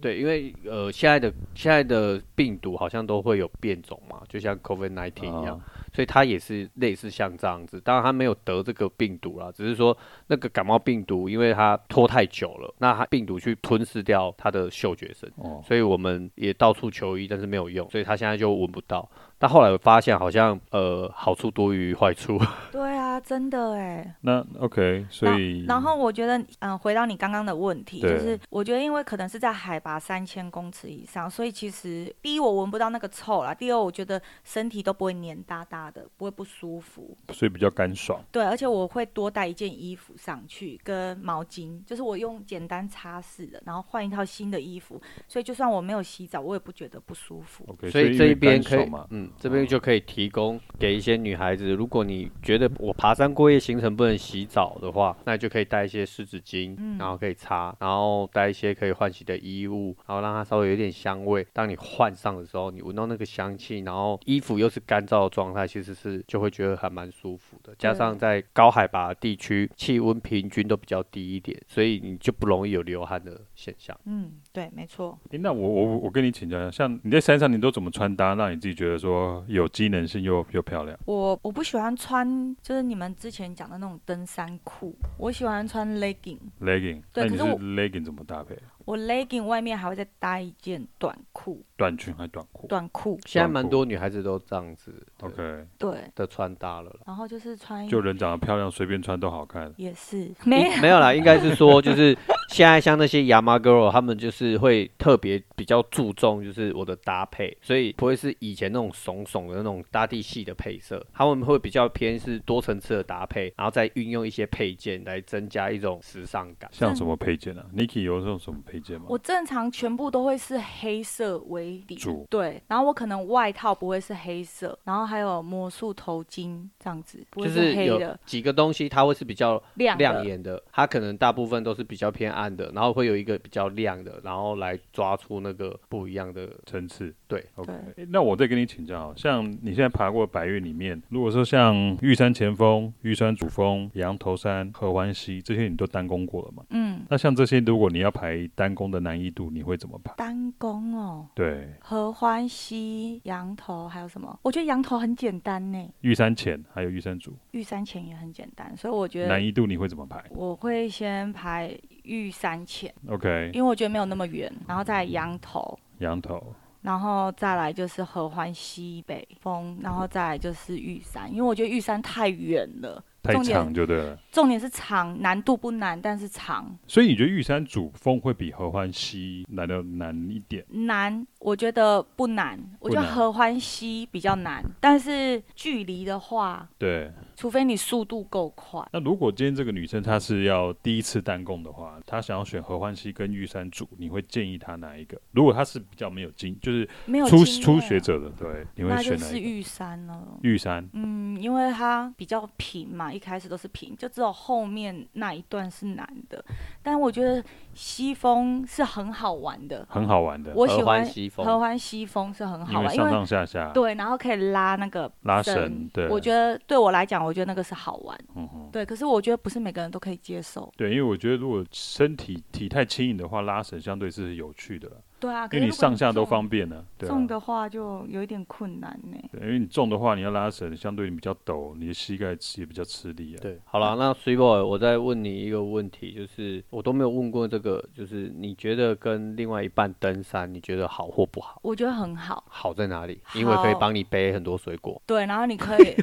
Speaker 1: 对，因为呃，现在的现在的病毒好像都会有变种嘛，就像 COVID 1 9一样，
Speaker 2: 哦
Speaker 1: 所以他也是类似像这样子。当然他没有得这个病毒啦，只是说那个感冒病毒，因为它拖太久了，那它病毒去吞噬掉他的嗅觉神经。
Speaker 2: 哦，
Speaker 1: 所以我们也到处求医，但是没有用，所以他现在就闻不到。但后来我发现，好像呃，好处多于坏处。
Speaker 3: 对啊，真的哎。
Speaker 2: 那 OK，所以
Speaker 3: 然后我觉得，嗯、回到你刚刚的问题，就
Speaker 2: 对
Speaker 3: 是我觉得，因为可能是在海拔三千公尺以上，所以其实第一我闻不到那个臭啦，第二我觉得身体都不会黏哒哒的，不会不舒服。
Speaker 2: 所以比较干爽。
Speaker 3: 对，而且我会多带一件衣服上去，跟毛巾，就是我用简单擦拭的，然后换一套新的衣服，所以就算我没有洗澡，我也不觉得不舒服。
Speaker 2: OK，
Speaker 1: 所以这一边可
Speaker 2: 以
Speaker 1: 以，嗯，这边就可以提供给一些女孩子，如果你觉得我爬山过夜行程不能洗澡的话，那你就可以带一些湿纸巾，
Speaker 3: 嗯
Speaker 1: 然后可以擦，然后带一些可以换洗的衣物，然后让它稍微有点香味。当你换上的时候，你闻到那个香气，然后衣服又是干燥的状态，其实是就会觉得还蛮舒服的。加上在高海拔地区，气温平均都比较低一点，所以你就不容易有流汗的现象。
Speaker 3: 嗯，对，没错。
Speaker 2: 诶那我我我跟你请教一下，像你在山上，你都怎么穿搭，让你自己觉得说有机能性又又漂亮？
Speaker 3: 我我不喜欢穿，就是你们之前讲的那种登山裤，我喜欢穿 legging。
Speaker 2: legging，那
Speaker 3: 对
Speaker 2: 你
Speaker 3: 可
Speaker 2: 是
Speaker 3: 是我
Speaker 2: legging 怎么搭配？
Speaker 3: 我 legging 外面还会再搭一件短裤，
Speaker 2: 短裙还是短裤
Speaker 3: 短裤
Speaker 1: 现在
Speaker 2: 短
Speaker 1: 蛮
Speaker 2: 裤
Speaker 1: 多女孩子都这样子的
Speaker 2: ？OK，
Speaker 3: 对，
Speaker 1: 的穿搭了啦。
Speaker 3: 然后就是穿一
Speaker 2: 就人长得漂亮，随便穿都好看。
Speaker 3: 也是 没
Speaker 1: 应没有啦，应该是说就是现在像那些 Yama Girl，他们就是会特别比较注重就是我的搭配，所以不会是以前那种怂怂的那种大地系的配色，他们会比较偏是多层次的搭配，然后再运用一些配件来增加一种时尚感。
Speaker 2: 像什么配件啊？Niki 有用什么配件吗？
Speaker 3: 我正常全部都会是黑色为底
Speaker 2: 主，
Speaker 3: 对，然后我可能外套不会是黑色，然后还有魔术头巾这样子，不
Speaker 1: 就
Speaker 3: 会黑
Speaker 1: 有
Speaker 3: 的
Speaker 1: 几个东西，它会是比较
Speaker 3: 亮的
Speaker 1: 亮眼的，它可能大部分都是比较偏暗的，然后会有一个比较亮的，然后来抓出那个不一样的。
Speaker 2: 层次。
Speaker 1: 对
Speaker 2: ，OK
Speaker 3: 对。
Speaker 2: 诶那我再跟你请教，啊像你现在爬过的百越里面，如果说像玉山前锋、玉山主峰、羊头山、合欢溪这些，你都单攻过了嘛？
Speaker 3: 嗯，
Speaker 2: 那像这些，如果你要排单攻的难易度，你会怎么排？
Speaker 3: 单工哦，
Speaker 2: 对，
Speaker 3: 合欢溪、羊头还有什么？我觉得羊头很简单呢，
Speaker 2: 玉山前还有玉山主，
Speaker 3: 玉山前也很简单，所以我觉
Speaker 2: 难
Speaker 3: 得
Speaker 2: 易度你会怎么排
Speaker 3: 我会先排玉山前，
Speaker 2: ？OK，
Speaker 3: 因为我觉得没有那么远，然后再来羊头。
Speaker 2: 羊头，
Speaker 3: 然后再来就是合欢西北风，然后再来就是玉山，因为我觉得玉山太远了，
Speaker 2: 太
Speaker 3: 重点
Speaker 2: 长就对了。
Speaker 3: 重点是长，难度不难，但是长
Speaker 2: 所以你觉得玉山主峰会比合欢溪难的难一点？
Speaker 3: 难，我觉得不难，我觉得
Speaker 2: 不难
Speaker 3: 合欢西比较难，但是距离的话，
Speaker 2: 对。
Speaker 3: 除非你速度够快，
Speaker 2: 那如果今天这个女生她是要第一次单攻的话，她想要选合欢溪跟玉山主，你会建议她哪一个？如果她是比较没有经，就是
Speaker 3: 没有
Speaker 2: 初
Speaker 3: 经验
Speaker 2: 初学，者的，对，你会
Speaker 3: 那就
Speaker 2: 选哪
Speaker 3: 是
Speaker 2: 一个？
Speaker 3: 玉山了。
Speaker 2: 玉山，
Speaker 3: 嗯，因为它比较平嘛，一开始都是平，就只有后面那一段是难的。但我觉得西风是很好玩的，
Speaker 2: 很好玩的，
Speaker 3: 我喜
Speaker 1: 合欢
Speaker 3: 欢
Speaker 1: 西风
Speaker 3: 合欢西风是很
Speaker 2: 因
Speaker 3: 好
Speaker 2: 为
Speaker 3: 玩，因
Speaker 2: 上
Speaker 3: 为
Speaker 2: 上下下，
Speaker 3: 对，然后可以拉那个
Speaker 2: 拉绳对
Speaker 3: 我觉得对我来讲，我觉得那个是好玩，
Speaker 2: 嗯哼，
Speaker 3: 对。可是我觉得不是每个人都可以接受，
Speaker 2: 对，因为我觉得如果身体体态轻盈的话，拉绳相对是有趣的，
Speaker 3: 对啊。
Speaker 2: 因为你上下都方
Speaker 3: 便，
Speaker 2: 便呢、对、啊
Speaker 3: 重。的话就有一点困难呢。
Speaker 2: 对因为你重的话，你要拉绳，相对你比较陡，你的膝盖也比较吃力啊。
Speaker 1: 对，好了，那 Three Boy，我再问你一个问题，就是我都没有问过这个，就是你觉得跟另外一半登山，你觉得好或不好？
Speaker 3: 我觉得很好，
Speaker 1: 好在哪里？因为可以
Speaker 3: 好
Speaker 1: 帮你背很多水果。
Speaker 3: 对。然后你可 以，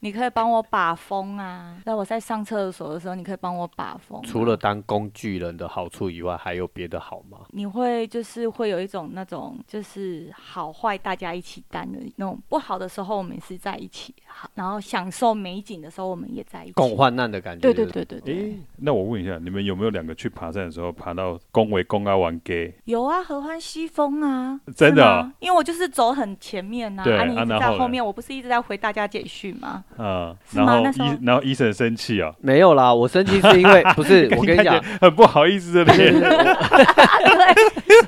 Speaker 3: 你可以帮我把风啊，在我在上厕所的时候，你可以帮我把风啊。
Speaker 1: 除了当工具人的好处以外，还有别的好吗？
Speaker 3: 你会就是会有一种那种就是好坏大家一起担的那种，不好的时候我们是在一起，好，然后享受美景的时候我们也在一起。
Speaker 1: 共患难的感觉。
Speaker 3: 对对。对对对，
Speaker 2: 诶，那我问一下，你们有没有两个去爬山的时候爬到恭维恭阿玩 gay？
Speaker 3: 有啊，合欢西风啊，
Speaker 2: 真的
Speaker 3: 是
Speaker 2: 哦
Speaker 3: 吗因为我就是走很前面呐、
Speaker 2: 对
Speaker 3: 你一
Speaker 2: 啊
Speaker 3: 直
Speaker 2: 然后
Speaker 3: 在
Speaker 2: 呢
Speaker 3: 后面，我不是一直在回大家简讯 吗？
Speaker 2: 啊、
Speaker 3: 是
Speaker 2: 然
Speaker 3: 吗
Speaker 2: 后
Speaker 3: 那时候
Speaker 2: 医然后医生生气啊，
Speaker 1: 没有啦，我生气是因 为不是我跟你
Speaker 2: 看起来
Speaker 1: 讲，
Speaker 2: 很不好意思的脸。
Speaker 3: 啊，对，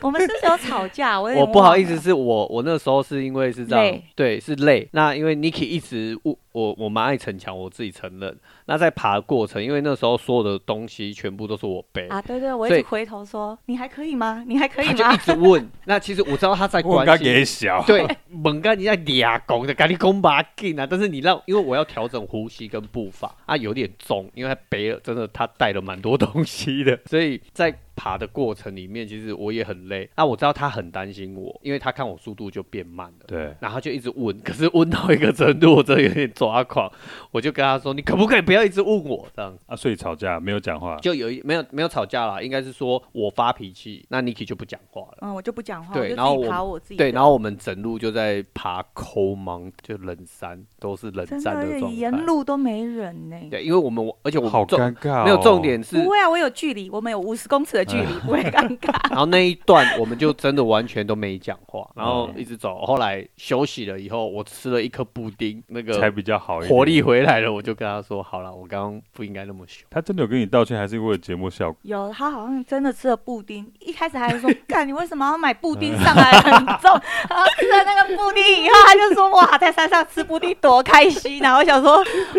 Speaker 3: 我们是不是有吵架？我有
Speaker 1: 我
Speaker 3: 点
Speaker 1: 不好意
Speaker 3: 忘
Speaker 1: 思，
Speaker 3: 了，
Speaker 1: 是我我那时候是因为是这样
Speaker 3: 哎累，
Speaker 1: 对，是累。那因为 Niki 一直我我我蛮爱逞强，我自己承认。那在爬的过程，因为那时候所有的东西全部都是我背，
Speaker 3: 啊，对对，我一
Speaker 1: 所以
Speaker 3: 直回头说你还可以吗？你还可以
Speaker 1: 他就一
Speaker 3: 吗？
Speaker 1: 直问。 那其实我知道他在
Speaker 2: 我
Speaker 1: 关
Speaker 2: 刚
Speaker 1: 心
Speaker 2: 给。小，
Speaker 1: 对， 猛干你在俩拱的，赶紧拱把劲啊！但是你让，因为我要调整呼吸跟步伐啊，有点重，因为他背了，真的他带了蛮多东西的， 所以在爬的过程里面，其实我也很累。那我知道他很担心我，因为他看我速度就变慢了。
Speaker 2: 对，
Speaker 1: 然后他就一直问，可是问到一个程度，我真的有点抓狂。我就跟他说：“你可不可以不要一直问我？”这样
Speaker 2: 啊，所以吵架没有讲话，
Speaker 1: 就有一没有没有吵架啦，应该是说我发脾气，那 Niki 就不讲话了。
Speaker 3: 嗯，我就不讲话，
Speaker 1: 对
Speaker 3: 我
Speaker 1: 然后
Speaker 3: 就自己
Speaker 1: 我
Speaker 3: 爬我自己的。
Speaker 1: 对，然后我们整路就在爬抠芒，就冷山，都是冷
Speaker 3: 真
Speaker 1: 山
Speaker 3: 的
Speaker 1: 的状
Speaker 3: 沿
Speaker 1: 态。
Speaker 3: 路都没人呢、
Speaker 1: 对，因为我们而且我
Speaker 2: 好
Speaker 1: 们重
Speaker 2: 尴尬、哦。
Speaker 1: 没有重，点是，
Speaker 3: 不会啊，我有距离，我们有五十公尺的距离，不会尴 尬。
Speaker 1: 然后那一段我们就真的完全都没讲 话，然后
Speaker 3: 嗯
Speaker 1: 一直走。后来休息了以后，我吃了一颗布丁，那
Speaker 2: 哦才
Speaker 1: 个
Speaker 2: 比较好一点。
Speaker 1: 活力，回来了，我就跟他说：“好了，我刚刚不应该那么凶。
Speaker 2: 他真的有跟你道歉，还是为了节目效果？
Speaker 3: 有，他好像真的吃了布丁，一开始还 说：“干，你为什么要买布丁上来很重？” 然后吃了那个布丁以后，他就说：“哇，在山上吃布丁多开心啊！”我想说，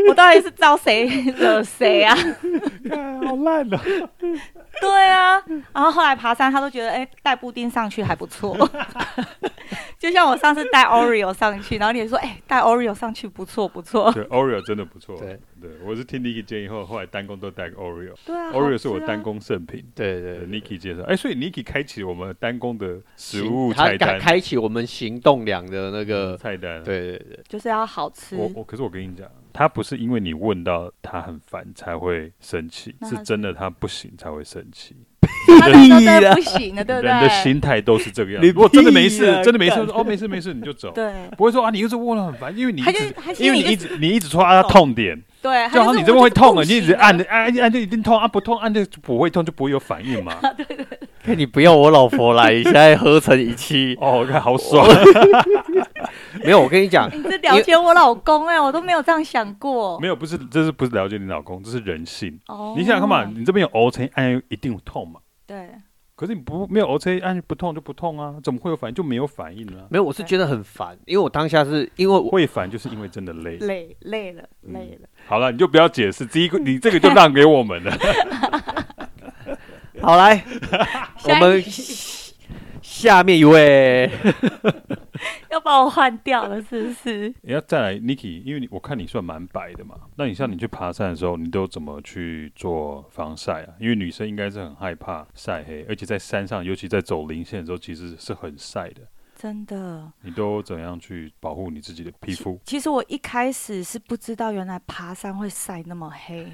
Speaker 3: 我到底是招谁惹谁 啊？
Speaker 2: 好烂哦的、
Speaker 3: 对啊，然后后来爬山，他都觉得哎、带布丁上去还不错。 就像我上次带 Oreo 上去，然后你也说：“哎、带 Oreo 上去不错不错。
Speaker 2: 对，Oreo 真的不错。
Speaker 1: 对
Speaker 2: 我是听 Niki 建议后，后来单工都带个 Oreo。”
Speaker 3: 对啊
Speaker 2: Oreo 是我单
Speaker 3: 单工。
Speaker 2: 工圣品。”
Speaker 1: 对对
Speaker 2: 对
Speaker 1: 对
Speaker 2: Niki 介绍，哎，所以 Niki 开启我们单工的食
Speaker 1: 行
Speaker 2: 物
Speaker 1: 他
Speaker 2: 菜
Speaker 1: 开
Speaker 2: 单，
Speaker 1: 开启我们行动粮的那个，
Speaker 2: 菜单。
Speaker 1: 对对 对，
Speaker 3: 就是要好吃。
Speaker 2: 我我可是我跟你讲，他不是因为你问到他很烦才会生气，
Speaker 3: 那
Speaker 2: 是
Speaker 3: 他
Speaker 2: 真的他不行才会生气。
Speaker 3: 他真的
Speaker 1: 屁
Speaker 3: 真
Speaker 1: 啦
Speaker 3: 的不 行的，啊对不对？啊
Speaker 2: 人的心态都是这个样
Speaker 1: 你
Speaker 2: 子。如果真的没
Speaker 1: 屁
Speaker 2: 事
Speaker 1: 呀，
Speaker 2: 真的没事，
Speaker 1: 干
Speaker 2: 说哦没事没事，你就走，
Speaker 3: 对
Speaker 2: 不会说啊你又是问了很烦，因为你一
Speaker 3: 他就
Speaker 2: 直
Speaker 3: 他心
Speaker 2: 因为
Speaker 3: 里
Speaker 2: 你一
Speaker 3: 就
Speaker 2: 直你一直戳他痛点，
Speaker 3: 对，
Speaker 2: 就好
Speaker 3: 哦是
Speaker 2: 像你这边会痛
Speaker 3: 了，
Speaker 2: 了，你一直按按按就一定痛，啊按不痛按就不会痛，就不会有反应 嘛。
Speaker 1: 看哎你不要我老婆来，现在合成一气。
Speaker 2: 哦，我看好爽，
Speaker 1: 没有，我跟你讲，
Speaker 3: 你这了解我老公哎、我都没有这样想 过。
Speaker 2: 没有不是，这是不是了解你老公，这是人性。
Speaker 3: 哦
Speaker 2: 你想想看嘛，你这边有 O 成按一定痛嘛。
Speaker 3: 对，
Speaker 2: 可是你不没有 O C 按不痛就不痛啊，怎么会有反应？就没有反应啊。
Speaker 1: 没有，我是
Speaker 3: 嗯
Speaker 1: 觉得很烦，因为我当下是因为我
Speaker 2: 会烦就是因为真的累。
Speaker 3: 累累了，累了。
Speaker 2: 好了，你就不要 解释，第一个你这个就让给我们了。
Speaker 1: 好来，我们下面一位，
Speaker 3: 要把我换掉了，是不是？
Speaker 2: 你要再来，Niki，因为你我看你算蛮白的嘛。那你像你去爬山的时候，你都怎么去做防晒啊？因为女生应该是很害怕晒黑，而且在山上，尤其在走零线的时候，其实是很晒的。
Speaker 3: 真的，
Speaker 2: 你都怎样去保护你自己的皮肤？
Speaker 3: 其实我一开始是不知道，原来爬山会晒那么 黑，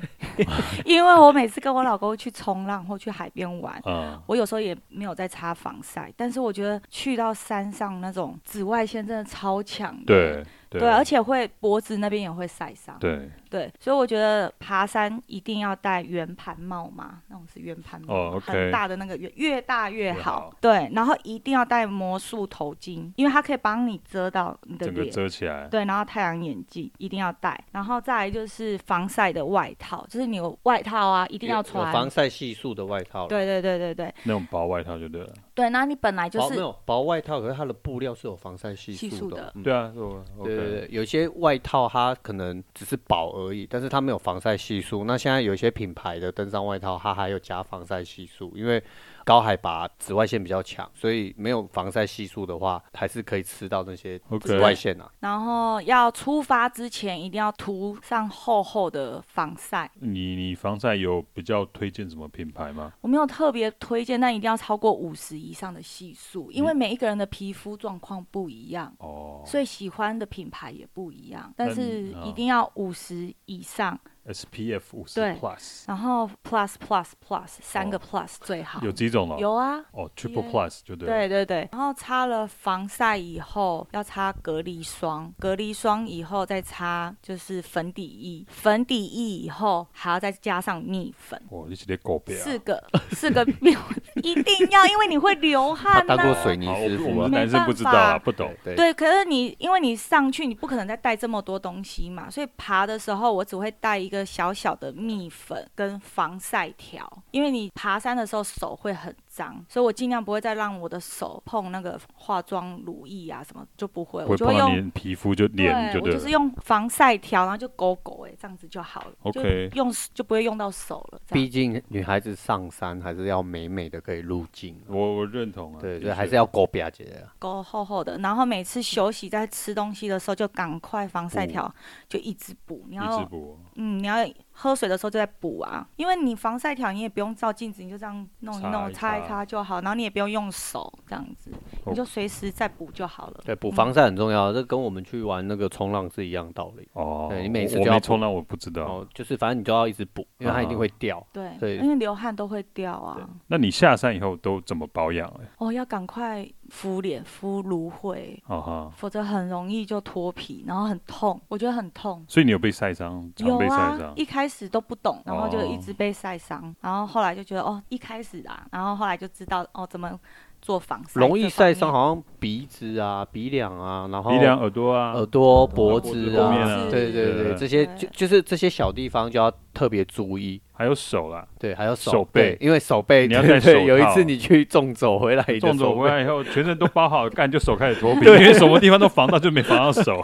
Speaker 3: 因为我每次跟我老公去冲浪或去海边玩，
Speaker 2: 啊、
Speaker 3: 我有时候也没有在擦防晒，但是我觉得去到山上那种紫外线真的超强的，
Speaker 2: 对对
Speaker 3: 对，而且会脖子那边也会晒伤，
Speaker 2: 对
Speaker 3: 对所以我觉得爬山一定要戴圆盘帽嘛，那种是圆盘帽，
Speaker 2: 哦，OK
Speaker 3: 很大的那个圆，越大越
Speaker 2: 越
Speaker 3: 好
Speaker 2: 好，
Speaker 3: 对，然后一定要戴魔术头巾，因为它可以帮你遮到你的
Speaker 2: 整个
Speaker 3: 脸。
Speaker 2: 遮起来。
Speaker 3: 对，然后太阳眼镜一定要戴，然后再来就是防晒的外套，就是你有外套啊，一
Speaker 1: 一
Speaker 3: 定要穿。
Speaker 1: 防晒系数的外套啦。
Speaker 3: 对对对对对
Speaker 2: 那种薄外套就对了。
Speaker 3: 对，那你本来就
Speaker 2: 哦
Speaker 1: 薄没
Speaker 3: 是
Speaker 1: 有薄外套，可是它的布料是有防晒系
Speaker 3: 系
Speaker 1: 数
Speaker 3: 数
Speaker 1: 的
Speaker 3: 的
Speaker 1: 哦。嗯
Speaker 2: 对啊，我
Speaker 1: 对对
Speaker 2: OK，
Speaker 1: 对，有些外套它可能只是薄而已，但是它没有防晒系数。那现在有一些品牌的登山外套，它还有加防晒系数，因为高海拔紫外线比较强，所以没有防晒系数的话，还是可以吃到那些
Speaker 2: OK
Speaker 1: 紫外线啊。
Speaker 3: 然后要出发之前一定要涂上厚厚的防晒。
Speaker 2: 你你防晒有比较推荐什么品牌吗？
Speaker 3: 我没有特别推荐，但一定要超过五十以上的系数，因为
Speaker 2: 嗯
Speaker 3: 每一个人的皮肤状况不一样，
Speaker 2: 哦，
Speaker 3: 所以喜欢的品牌也不一样。但
Speaker 2: 那
Speaker 3: 是
Speaker 2: 你哦
Speaker 3: 一定要五十以上，
Speaker 2: SPF 五十
Speaker 3: 对
Speaker 2: Plus
Speaker 3: 然后 plus plus plus 三个
Speaker 2: 哦
Speaker 3: plus 最好。
Speaker 2: 有几种了？
Speaker 3: 有啊，
Speaker 2: 哦，Triple
Speaker 3: Yeah
Speaker 2: Plus 就对了。
Speaker 3: 对对对，然后擦了防晒以后，要擦隔离霜，隔离霜以后再擦就是粉底液，粉底液以后还要再加上蜜粉。
Speaker 2: 哦，你是个狗别啊！
Speaker 3: 四个， 四个面一定要，因为你会流
Speaker 1: 它
Speaker 3: 汗、呐。
Speaker 1: 当过水泥
Speaker 2: 好，我
Speaker 1: 师
Speaker 2: 不我
Speaker 1: 傅
Speaker 2: 们
Speaker 1: 啊
Speaker 2: 是
Speaker 3: 没
Speaker 2: 男生不知道
Speaker 3: 办
Speaker 2: 啊，
Speaker 3: 法
Speaker 2: 不懂。
Speaker 1: 对
Speaker 3: 对，可是你因为你上去，你不可能再带这么多东西嘛，所以爬的时候我只会带一个小小的蜜粉跟防晒条，因为你爬山的时候手会很脏，所以我尽量不会再让我的手碰那个化妆乳液啊什么，就不会，我
Speaker 2: 会
Speaker 3: 就会
Speaker 2: 碰到
Speaker 3: 用。
Speaker 2: 你皮肤就脸
Speaker 3: 对，我
Speaker 2: 对
Speaker 3: 就是
Speaker 2: 了。
Speaker 3: 用防晒条，然后就勾勾哎、这样子就好了。就
Speaker 2: OK
Speaker 3: 用就不会用到手了。这样
Speaker 1: 毕竟女孩子上山还是要美美的可以入镜啊。
Speaker 2: 我我认同啊，
Speaker 1: 对，
Speaker 2: 的
Speaker 1: 所以
Speaker 2: 确
Speaker 1: 还是要勾表姐的啊。
Speaker 3: 勾厚厚的，然后每次休息在吃东西的时候就赶快防晒条就一直补，
Speaker 2: 嗯
Speaker 3: 你
Speaker 2: 一
Speaker 3: 要
Speaker 2: 直补。
Speaker 3: 嗯，你要喝水的时候就在补啊，因为你防晒条你也不用照镜子，你就这样弄一
Speaker 2: 擦
Speaker 3: 弄，擦
Speaker 2: 一擦哦
Speaker 3: 一擦就好，然后你也不用用手这样子，你就随时再补就好了。
Speaker 1: 对，
Speaker 2: 嗯
Speaker 1: 补防晒很重要，这跟我们去玩那个冲浪是一样道理。
Speaker 2: 哦，
Speaker 1: 对你每次
Speaker 2: 我
Speaker 1: 就
Speaker 2: 没
Speaker 1: 要
Speaker 2: 冲浪，我不知道。
Speaker 1: 哦，就是反正你就要一直补，因为它一定会掉。
Speaker 3: 对，
Speaker 1: 对
Speaker 3: 因为流汗都会掉啊。
Speaker 2: 那你下山以后都怎么保养嘞？
Speaker 3: 哦，要赶快敷脸，敷芦荟，
Speaker 2: 啊哈，
Speaker 3: 否则很容易就脱皮，然后很痛，我觉得很痛。
Speaker 2: 所以你有被晒伤，常
Speaker 3: 有
Speaker 2: 被晒
Speaker 3: 啊
Speaker 2: 伤，。
Speaker 3: 一开始都不懂，然后就
Speaker 2: 哦
Speaker 3: 一直被晒伤，然后后来就觉得哦，一开始啊，然后后来就知道哦怎么做防晒这方面，
Speaker 1: 容易晒伤，好像鼻子啊、鼻梁啊，然后呃
Speaker 2: 鼻梁、耳朵啊，
Speaker 1: 耳朵、脖
Speaker 2: 脖
Speaker 1: 子
Speaker 2: 子后面
Speaker 1: 啊
Speaker 2: 啊，
Speaker 1: 对对
Speaker 2: 对
Speaker 1: 对，这些
Speaker 3: 对
Speaker 1: 就就是这些小地方就要特别注意。
Speaker 2: 还有手啊啦。
Speaker 1: 对，还有手
Speaker 2: 手背
Speaker 1: 对因为手背，
Speaker 2: 你要戴
Speaker 1: 对
Speaker 2: 手套
Speaker 1: 对，有一次你去纵走回来，你的
Speaker 2: 中
Speaker 1: 手
Speaker 2: 走
Speaker 1: 背
Speaker 2: 回来 以后，全身都包好，干就手开始脱皮，因为什么地方都防到，就没防到 手。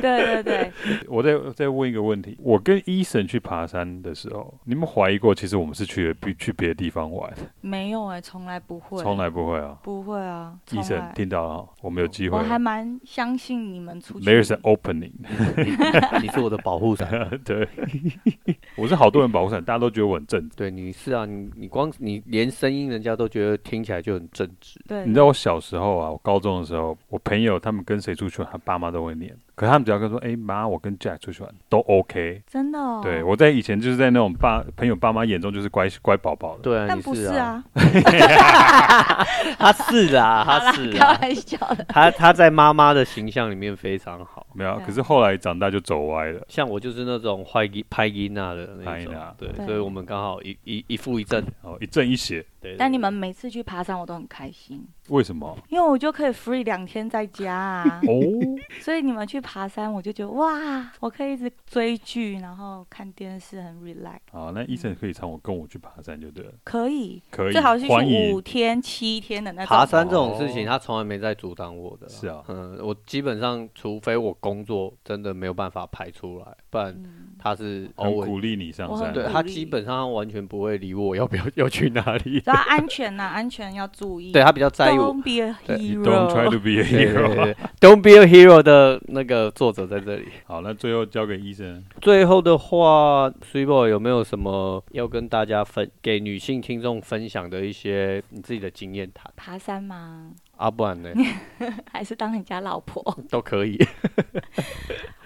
Speaker 3: 对对对，
Speaker 2: 我再再问一个问题，我跟医生去爬山的时候，你们怀疑过，其实我们是去了别去别的地方玩，
Speaker 3: 没有哎、从来不会，
Speaker 2: 从来不会啊。
Speaker 3: 不会啊，
Speaker 2: 医
Speaker 3: 从
Speaker 2: 生
Speaker 3: 来
Speaker 2: 听到了哦，我们有机会
Speaker 3: 我，还蛮相信你们出去，
Speaker 2: there's an opening。
Speaker 1: 你是我的保护伞。
Speaker 2: 对，我是好多人保护伞，大家都觉得我很正。
Speaker 1: 对，你是啊，你你光你连声音，人家都觉得听起来就很正直。
Speaker 3: 对，
Speaker 2: 你知道我小时候啊，我高中的时候，我朋友他们跟谁出去玩，他爸妈都会念。可他们只要跟说，哎、妈，我跟 Jack 出去玩，都 OK。
Speaker 3: 真的哦，
Speaker 2: 对，我在以前就是在那种爸朋友爸妈眼中就是乖乖宝宝的。
Speaker 1: 对啊，
Speaker 3: 但
Speaker 1: 你
Speaker 3: 不是
Speaker 1: 啊，
Speaker 3: 啊，
Speaker 1: 他是啊，他是
Speaker 3: 开
Speaker 1: 啊，
Speaker 3: 玩笑 的，
Speaker 1: 他他在妈妈的形象里面非常好。
Speaker 2: 没有啊，
Speaker 3: 对啊
Speaker 2: 可是后来长大就走歪了。
Speaker 1: 像我就是那种坏音拍音娜的那
Speaker 2: 拍
Speaker 1: 种
Speaker 2: 音啊，
Speaker 1: 对，
Speaker 3: 对
Speaker 1: 所以我们刚好一一一负一正。
Speaker 2: 哦，一正一邪，
Speaker 1: 对，对
Speaker 3: 但你
Speaker 1: 对
Speaker 3: 们每次去爬山我都很开心，
Speaker 2: 为什么？，
Speaker 3: 因为我就可以 free 两天在家啊
Speaker 2: 哦，
Speaker 3: 所以你们去爬山我就觉得哇，我可以一直追剧，然后看电视，很 relax，
Speaker 2: 好，那医生可以常我跟我去爬山就对了，
Speaker 3: 可以，
Speaker 2: 可以，
Speaker 3: 最好是
Speaker 2: 欢
Speaker 3: 去
Speaker 2: 迎
Speaker 3: 五天七天的那
Speaker 1: 爬
Speaker 3: 种，
Speaker 1: 山这种事情，
Speaker 2: 哦
Speaker 1: 他从来没在阻挡我的啦。
Speaker 2: 是啊
Speaker 1: 嗯，我基本上除非我工作真的没有办法排出来，不然
Speaker 3: 嗯
Speaker 1: 他是
Speaker 2: 很
Speaker 1: 偶尔。
Speaker 2: 鼓励你上
Speaker 3: 我很
Speaker 2: 山。
Speaker 1: 对
Speaker 3: 鼓
Speaker 1: 他
Speaker 3: 励
Speaker 1: 基本上完全不会理我要不要要去哪里。
Speaker 3: 然后安全呐、 安全要注意。
Speaker 1: 对他比较在意我。
Speaker 3: Don't be a
Speaker 1: 对
Speaker 2: You don't try
Speaker 3: hero。
Speaker 2: to be
Speaker 1: 对
Speaker 2: a
Speaker 1: 对
Speaker 2: hero。
Speaker 1: 对 Don't be a hero 的那个作者在这里。
Speaker 2: 好，那最后交给医生。
Speaker 1: 最后的话 s u i b o 有没有什么要跟大家分给女性听众分享的一些你自己的经验谈？
Speaker 3: 爬山吗？
Speaker 1: 啊，不然呢
Speaker 3: 还是当人家老婆？
Speaker 1: 都可以。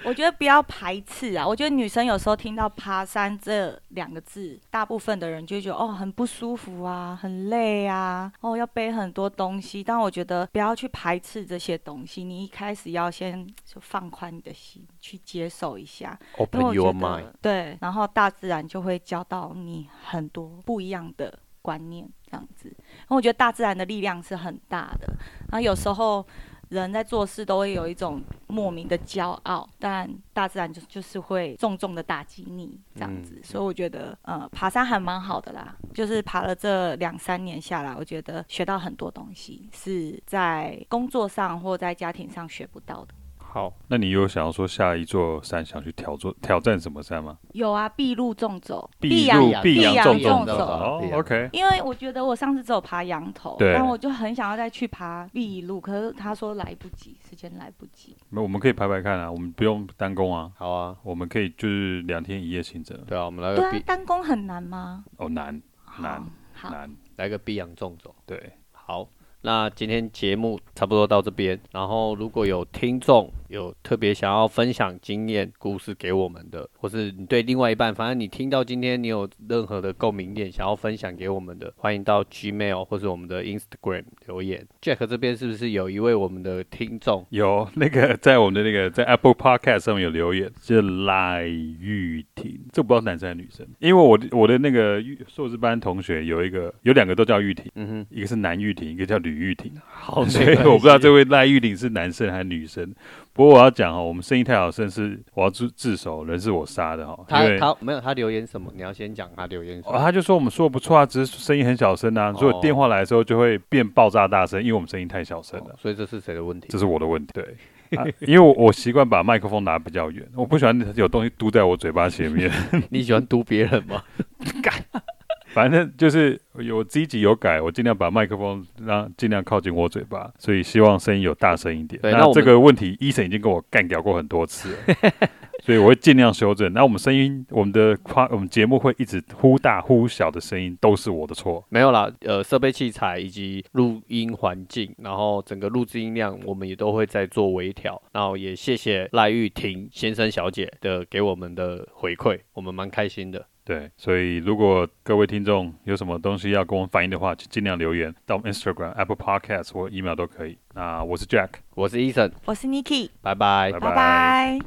Speaker 3: 我觉得不要排斥啊！我觉得女生有时候听到爬山这两个字，大部分的人就会觉得哦很不舒服啊，很累啊，哦要背很多东西。但我觉得不要去排斥这些东西，你一开始要先就放宽你的心，去接受一下。因为
Speaker 1: Open
Speaker 3: 我
Speaker 1: your
Speaker 3: 觉
Speaker 1: mind。
Speaker 3: 得对，然后大自然就会教到你很多不一样的观念，这样子。然后我觉得大自然的力量是很大的，然后有时候人在做事都会有一种莫名的骄傲，但大自然就就是会重重的打击你这样子。
Speaker 1: 嗯
Speaker 3: 所以我觉得，呃，爬山还蛮好的啦，就是爬了这两三年下来，我觉得学到很多东西，是在工作上或在家庭上学不到的。
Speaker 1: 好，
Speaker 2: 那你有想要说下一座山想去挑座挑战什么山吗？
Speaker 3: 有啊，避路纵走，
Speaker 1: 阳
Speaker 2: 入
Speaker 1: 阳
Speaker 2: 碧
Speaker 1: 碧
Speaker 2: 阳
Speaker 1: 阳
Speaker 2: 纵
Speaker 1: 纵
Speaker 2: 走。
Speaker 1: 走
Speaker 2: 哦
Speaker 1: 碧阳
Speaker 2: ，OK，
Speaker 3: 因为我觉得我上次只有爬羊头，
Speaker 2: 对
Speaker 3: 但我就很想要再去爬碧路，可是他说来不及，时间来不及。
Speaker 2: 那我们可以排排看啊，我们不用单攻啊，
Speaker 1: 好啊，
Speaker 2: 我们可以就是两天一夜行程。
Speaker 1: 对啊，我们来
Speaker 3: 对
Speaker 1: 个
Speaker 3: 啊，
Speaker 1: 碧
Speaker 3: 单攻很难吗？
Speaker 2: 哦，难难
Speaker 3: 好，好，
Speaker 2: 难，
Speaker 1: 来个碧阳纵走。
Speaker 2: 对，
Speaker 1: 好，那今天节目差不多到这边。然后，如果有听众有特别想要分享经验、故事给我们的，或是你对另外一半，反正你听到今天你有任何的共鸣点想要分享给我们的，欢迎到 Gmail 或是我们的 Instagram 留言。Jack 这边是不是有一位我们的听众？
Speaker 2: 有那个在我们的那个在 Apple Podcast 上面有留言，是赖玉婷，这不知道是男生还是女生，因为我的我的那个玉硕士班同学有一个有两个都叫玉婷，
Speaker 1: 嗯
Speaker 2: 一个是男玉婷，一个叫吕 玉婷，
Speaker 1: 好
Speaker 2: 所以我不知道这位赖玉玲是男生还是女生。不过我要讲哦，我们生意太好，甚至我要自自首，人是我杀的哈，因
Speaker 1: 他
Speaker 2: 为。
Speaker 1: 他没有他留言什么？你要先讲他留言什
Speaker 2: 哦、
Speaker 1: 么。
Speaker 2: 他就说我们说的不错啊，只是声音很小声啊，所以
Speaker 1: 哦
Speaker 2: 我电话来的时候就会变爆炸大声，因为我们声音太小声了，
Speaker 1: 哦所以这是谁的问题
Speaker 2: 这？是我的问题。对， 啊、因为我我习惯把麦克风拿比较远，我不喜欢有东西嘟在我嘴巴前面。
Speaker 1: 你喜欢读别人吗？
Speaker 2: 反正就是有积极有改，我尽量把麦克风让尽量靠近我嘴巴，所以希望声音有大声一点。
Speaker 1: 对那我们
Speaker 2: 这个问题，医生已经跟我干掉过很多次了，所以我会尽量修正。那我们声音，我们的夸，我们节目会一直忽大忽小的声音，都是我的错。
Speaker 1: 没有啦，呃，设备器材以及录音环境，然后整个录制音量，我们也都会在做微调。然后也谢谢赖玉婷先生小姐的给我们的回馈，我们蛮开心的。
Speaker 2: 对，所以如果各位听众有什么东西要跟我们反映的话，请尽量留言到我们 Instagram、Apple Podcast 或 email 都可以。那我是 Jack，
Speaker 1: 我是 Eason，
Speaker 3: 我是 Niki，
Speaker 1: 拜拜
Speaker 2: 拜。
Speaker 3: 拜
Speaker 2: 拜
Speaker 3: 拜。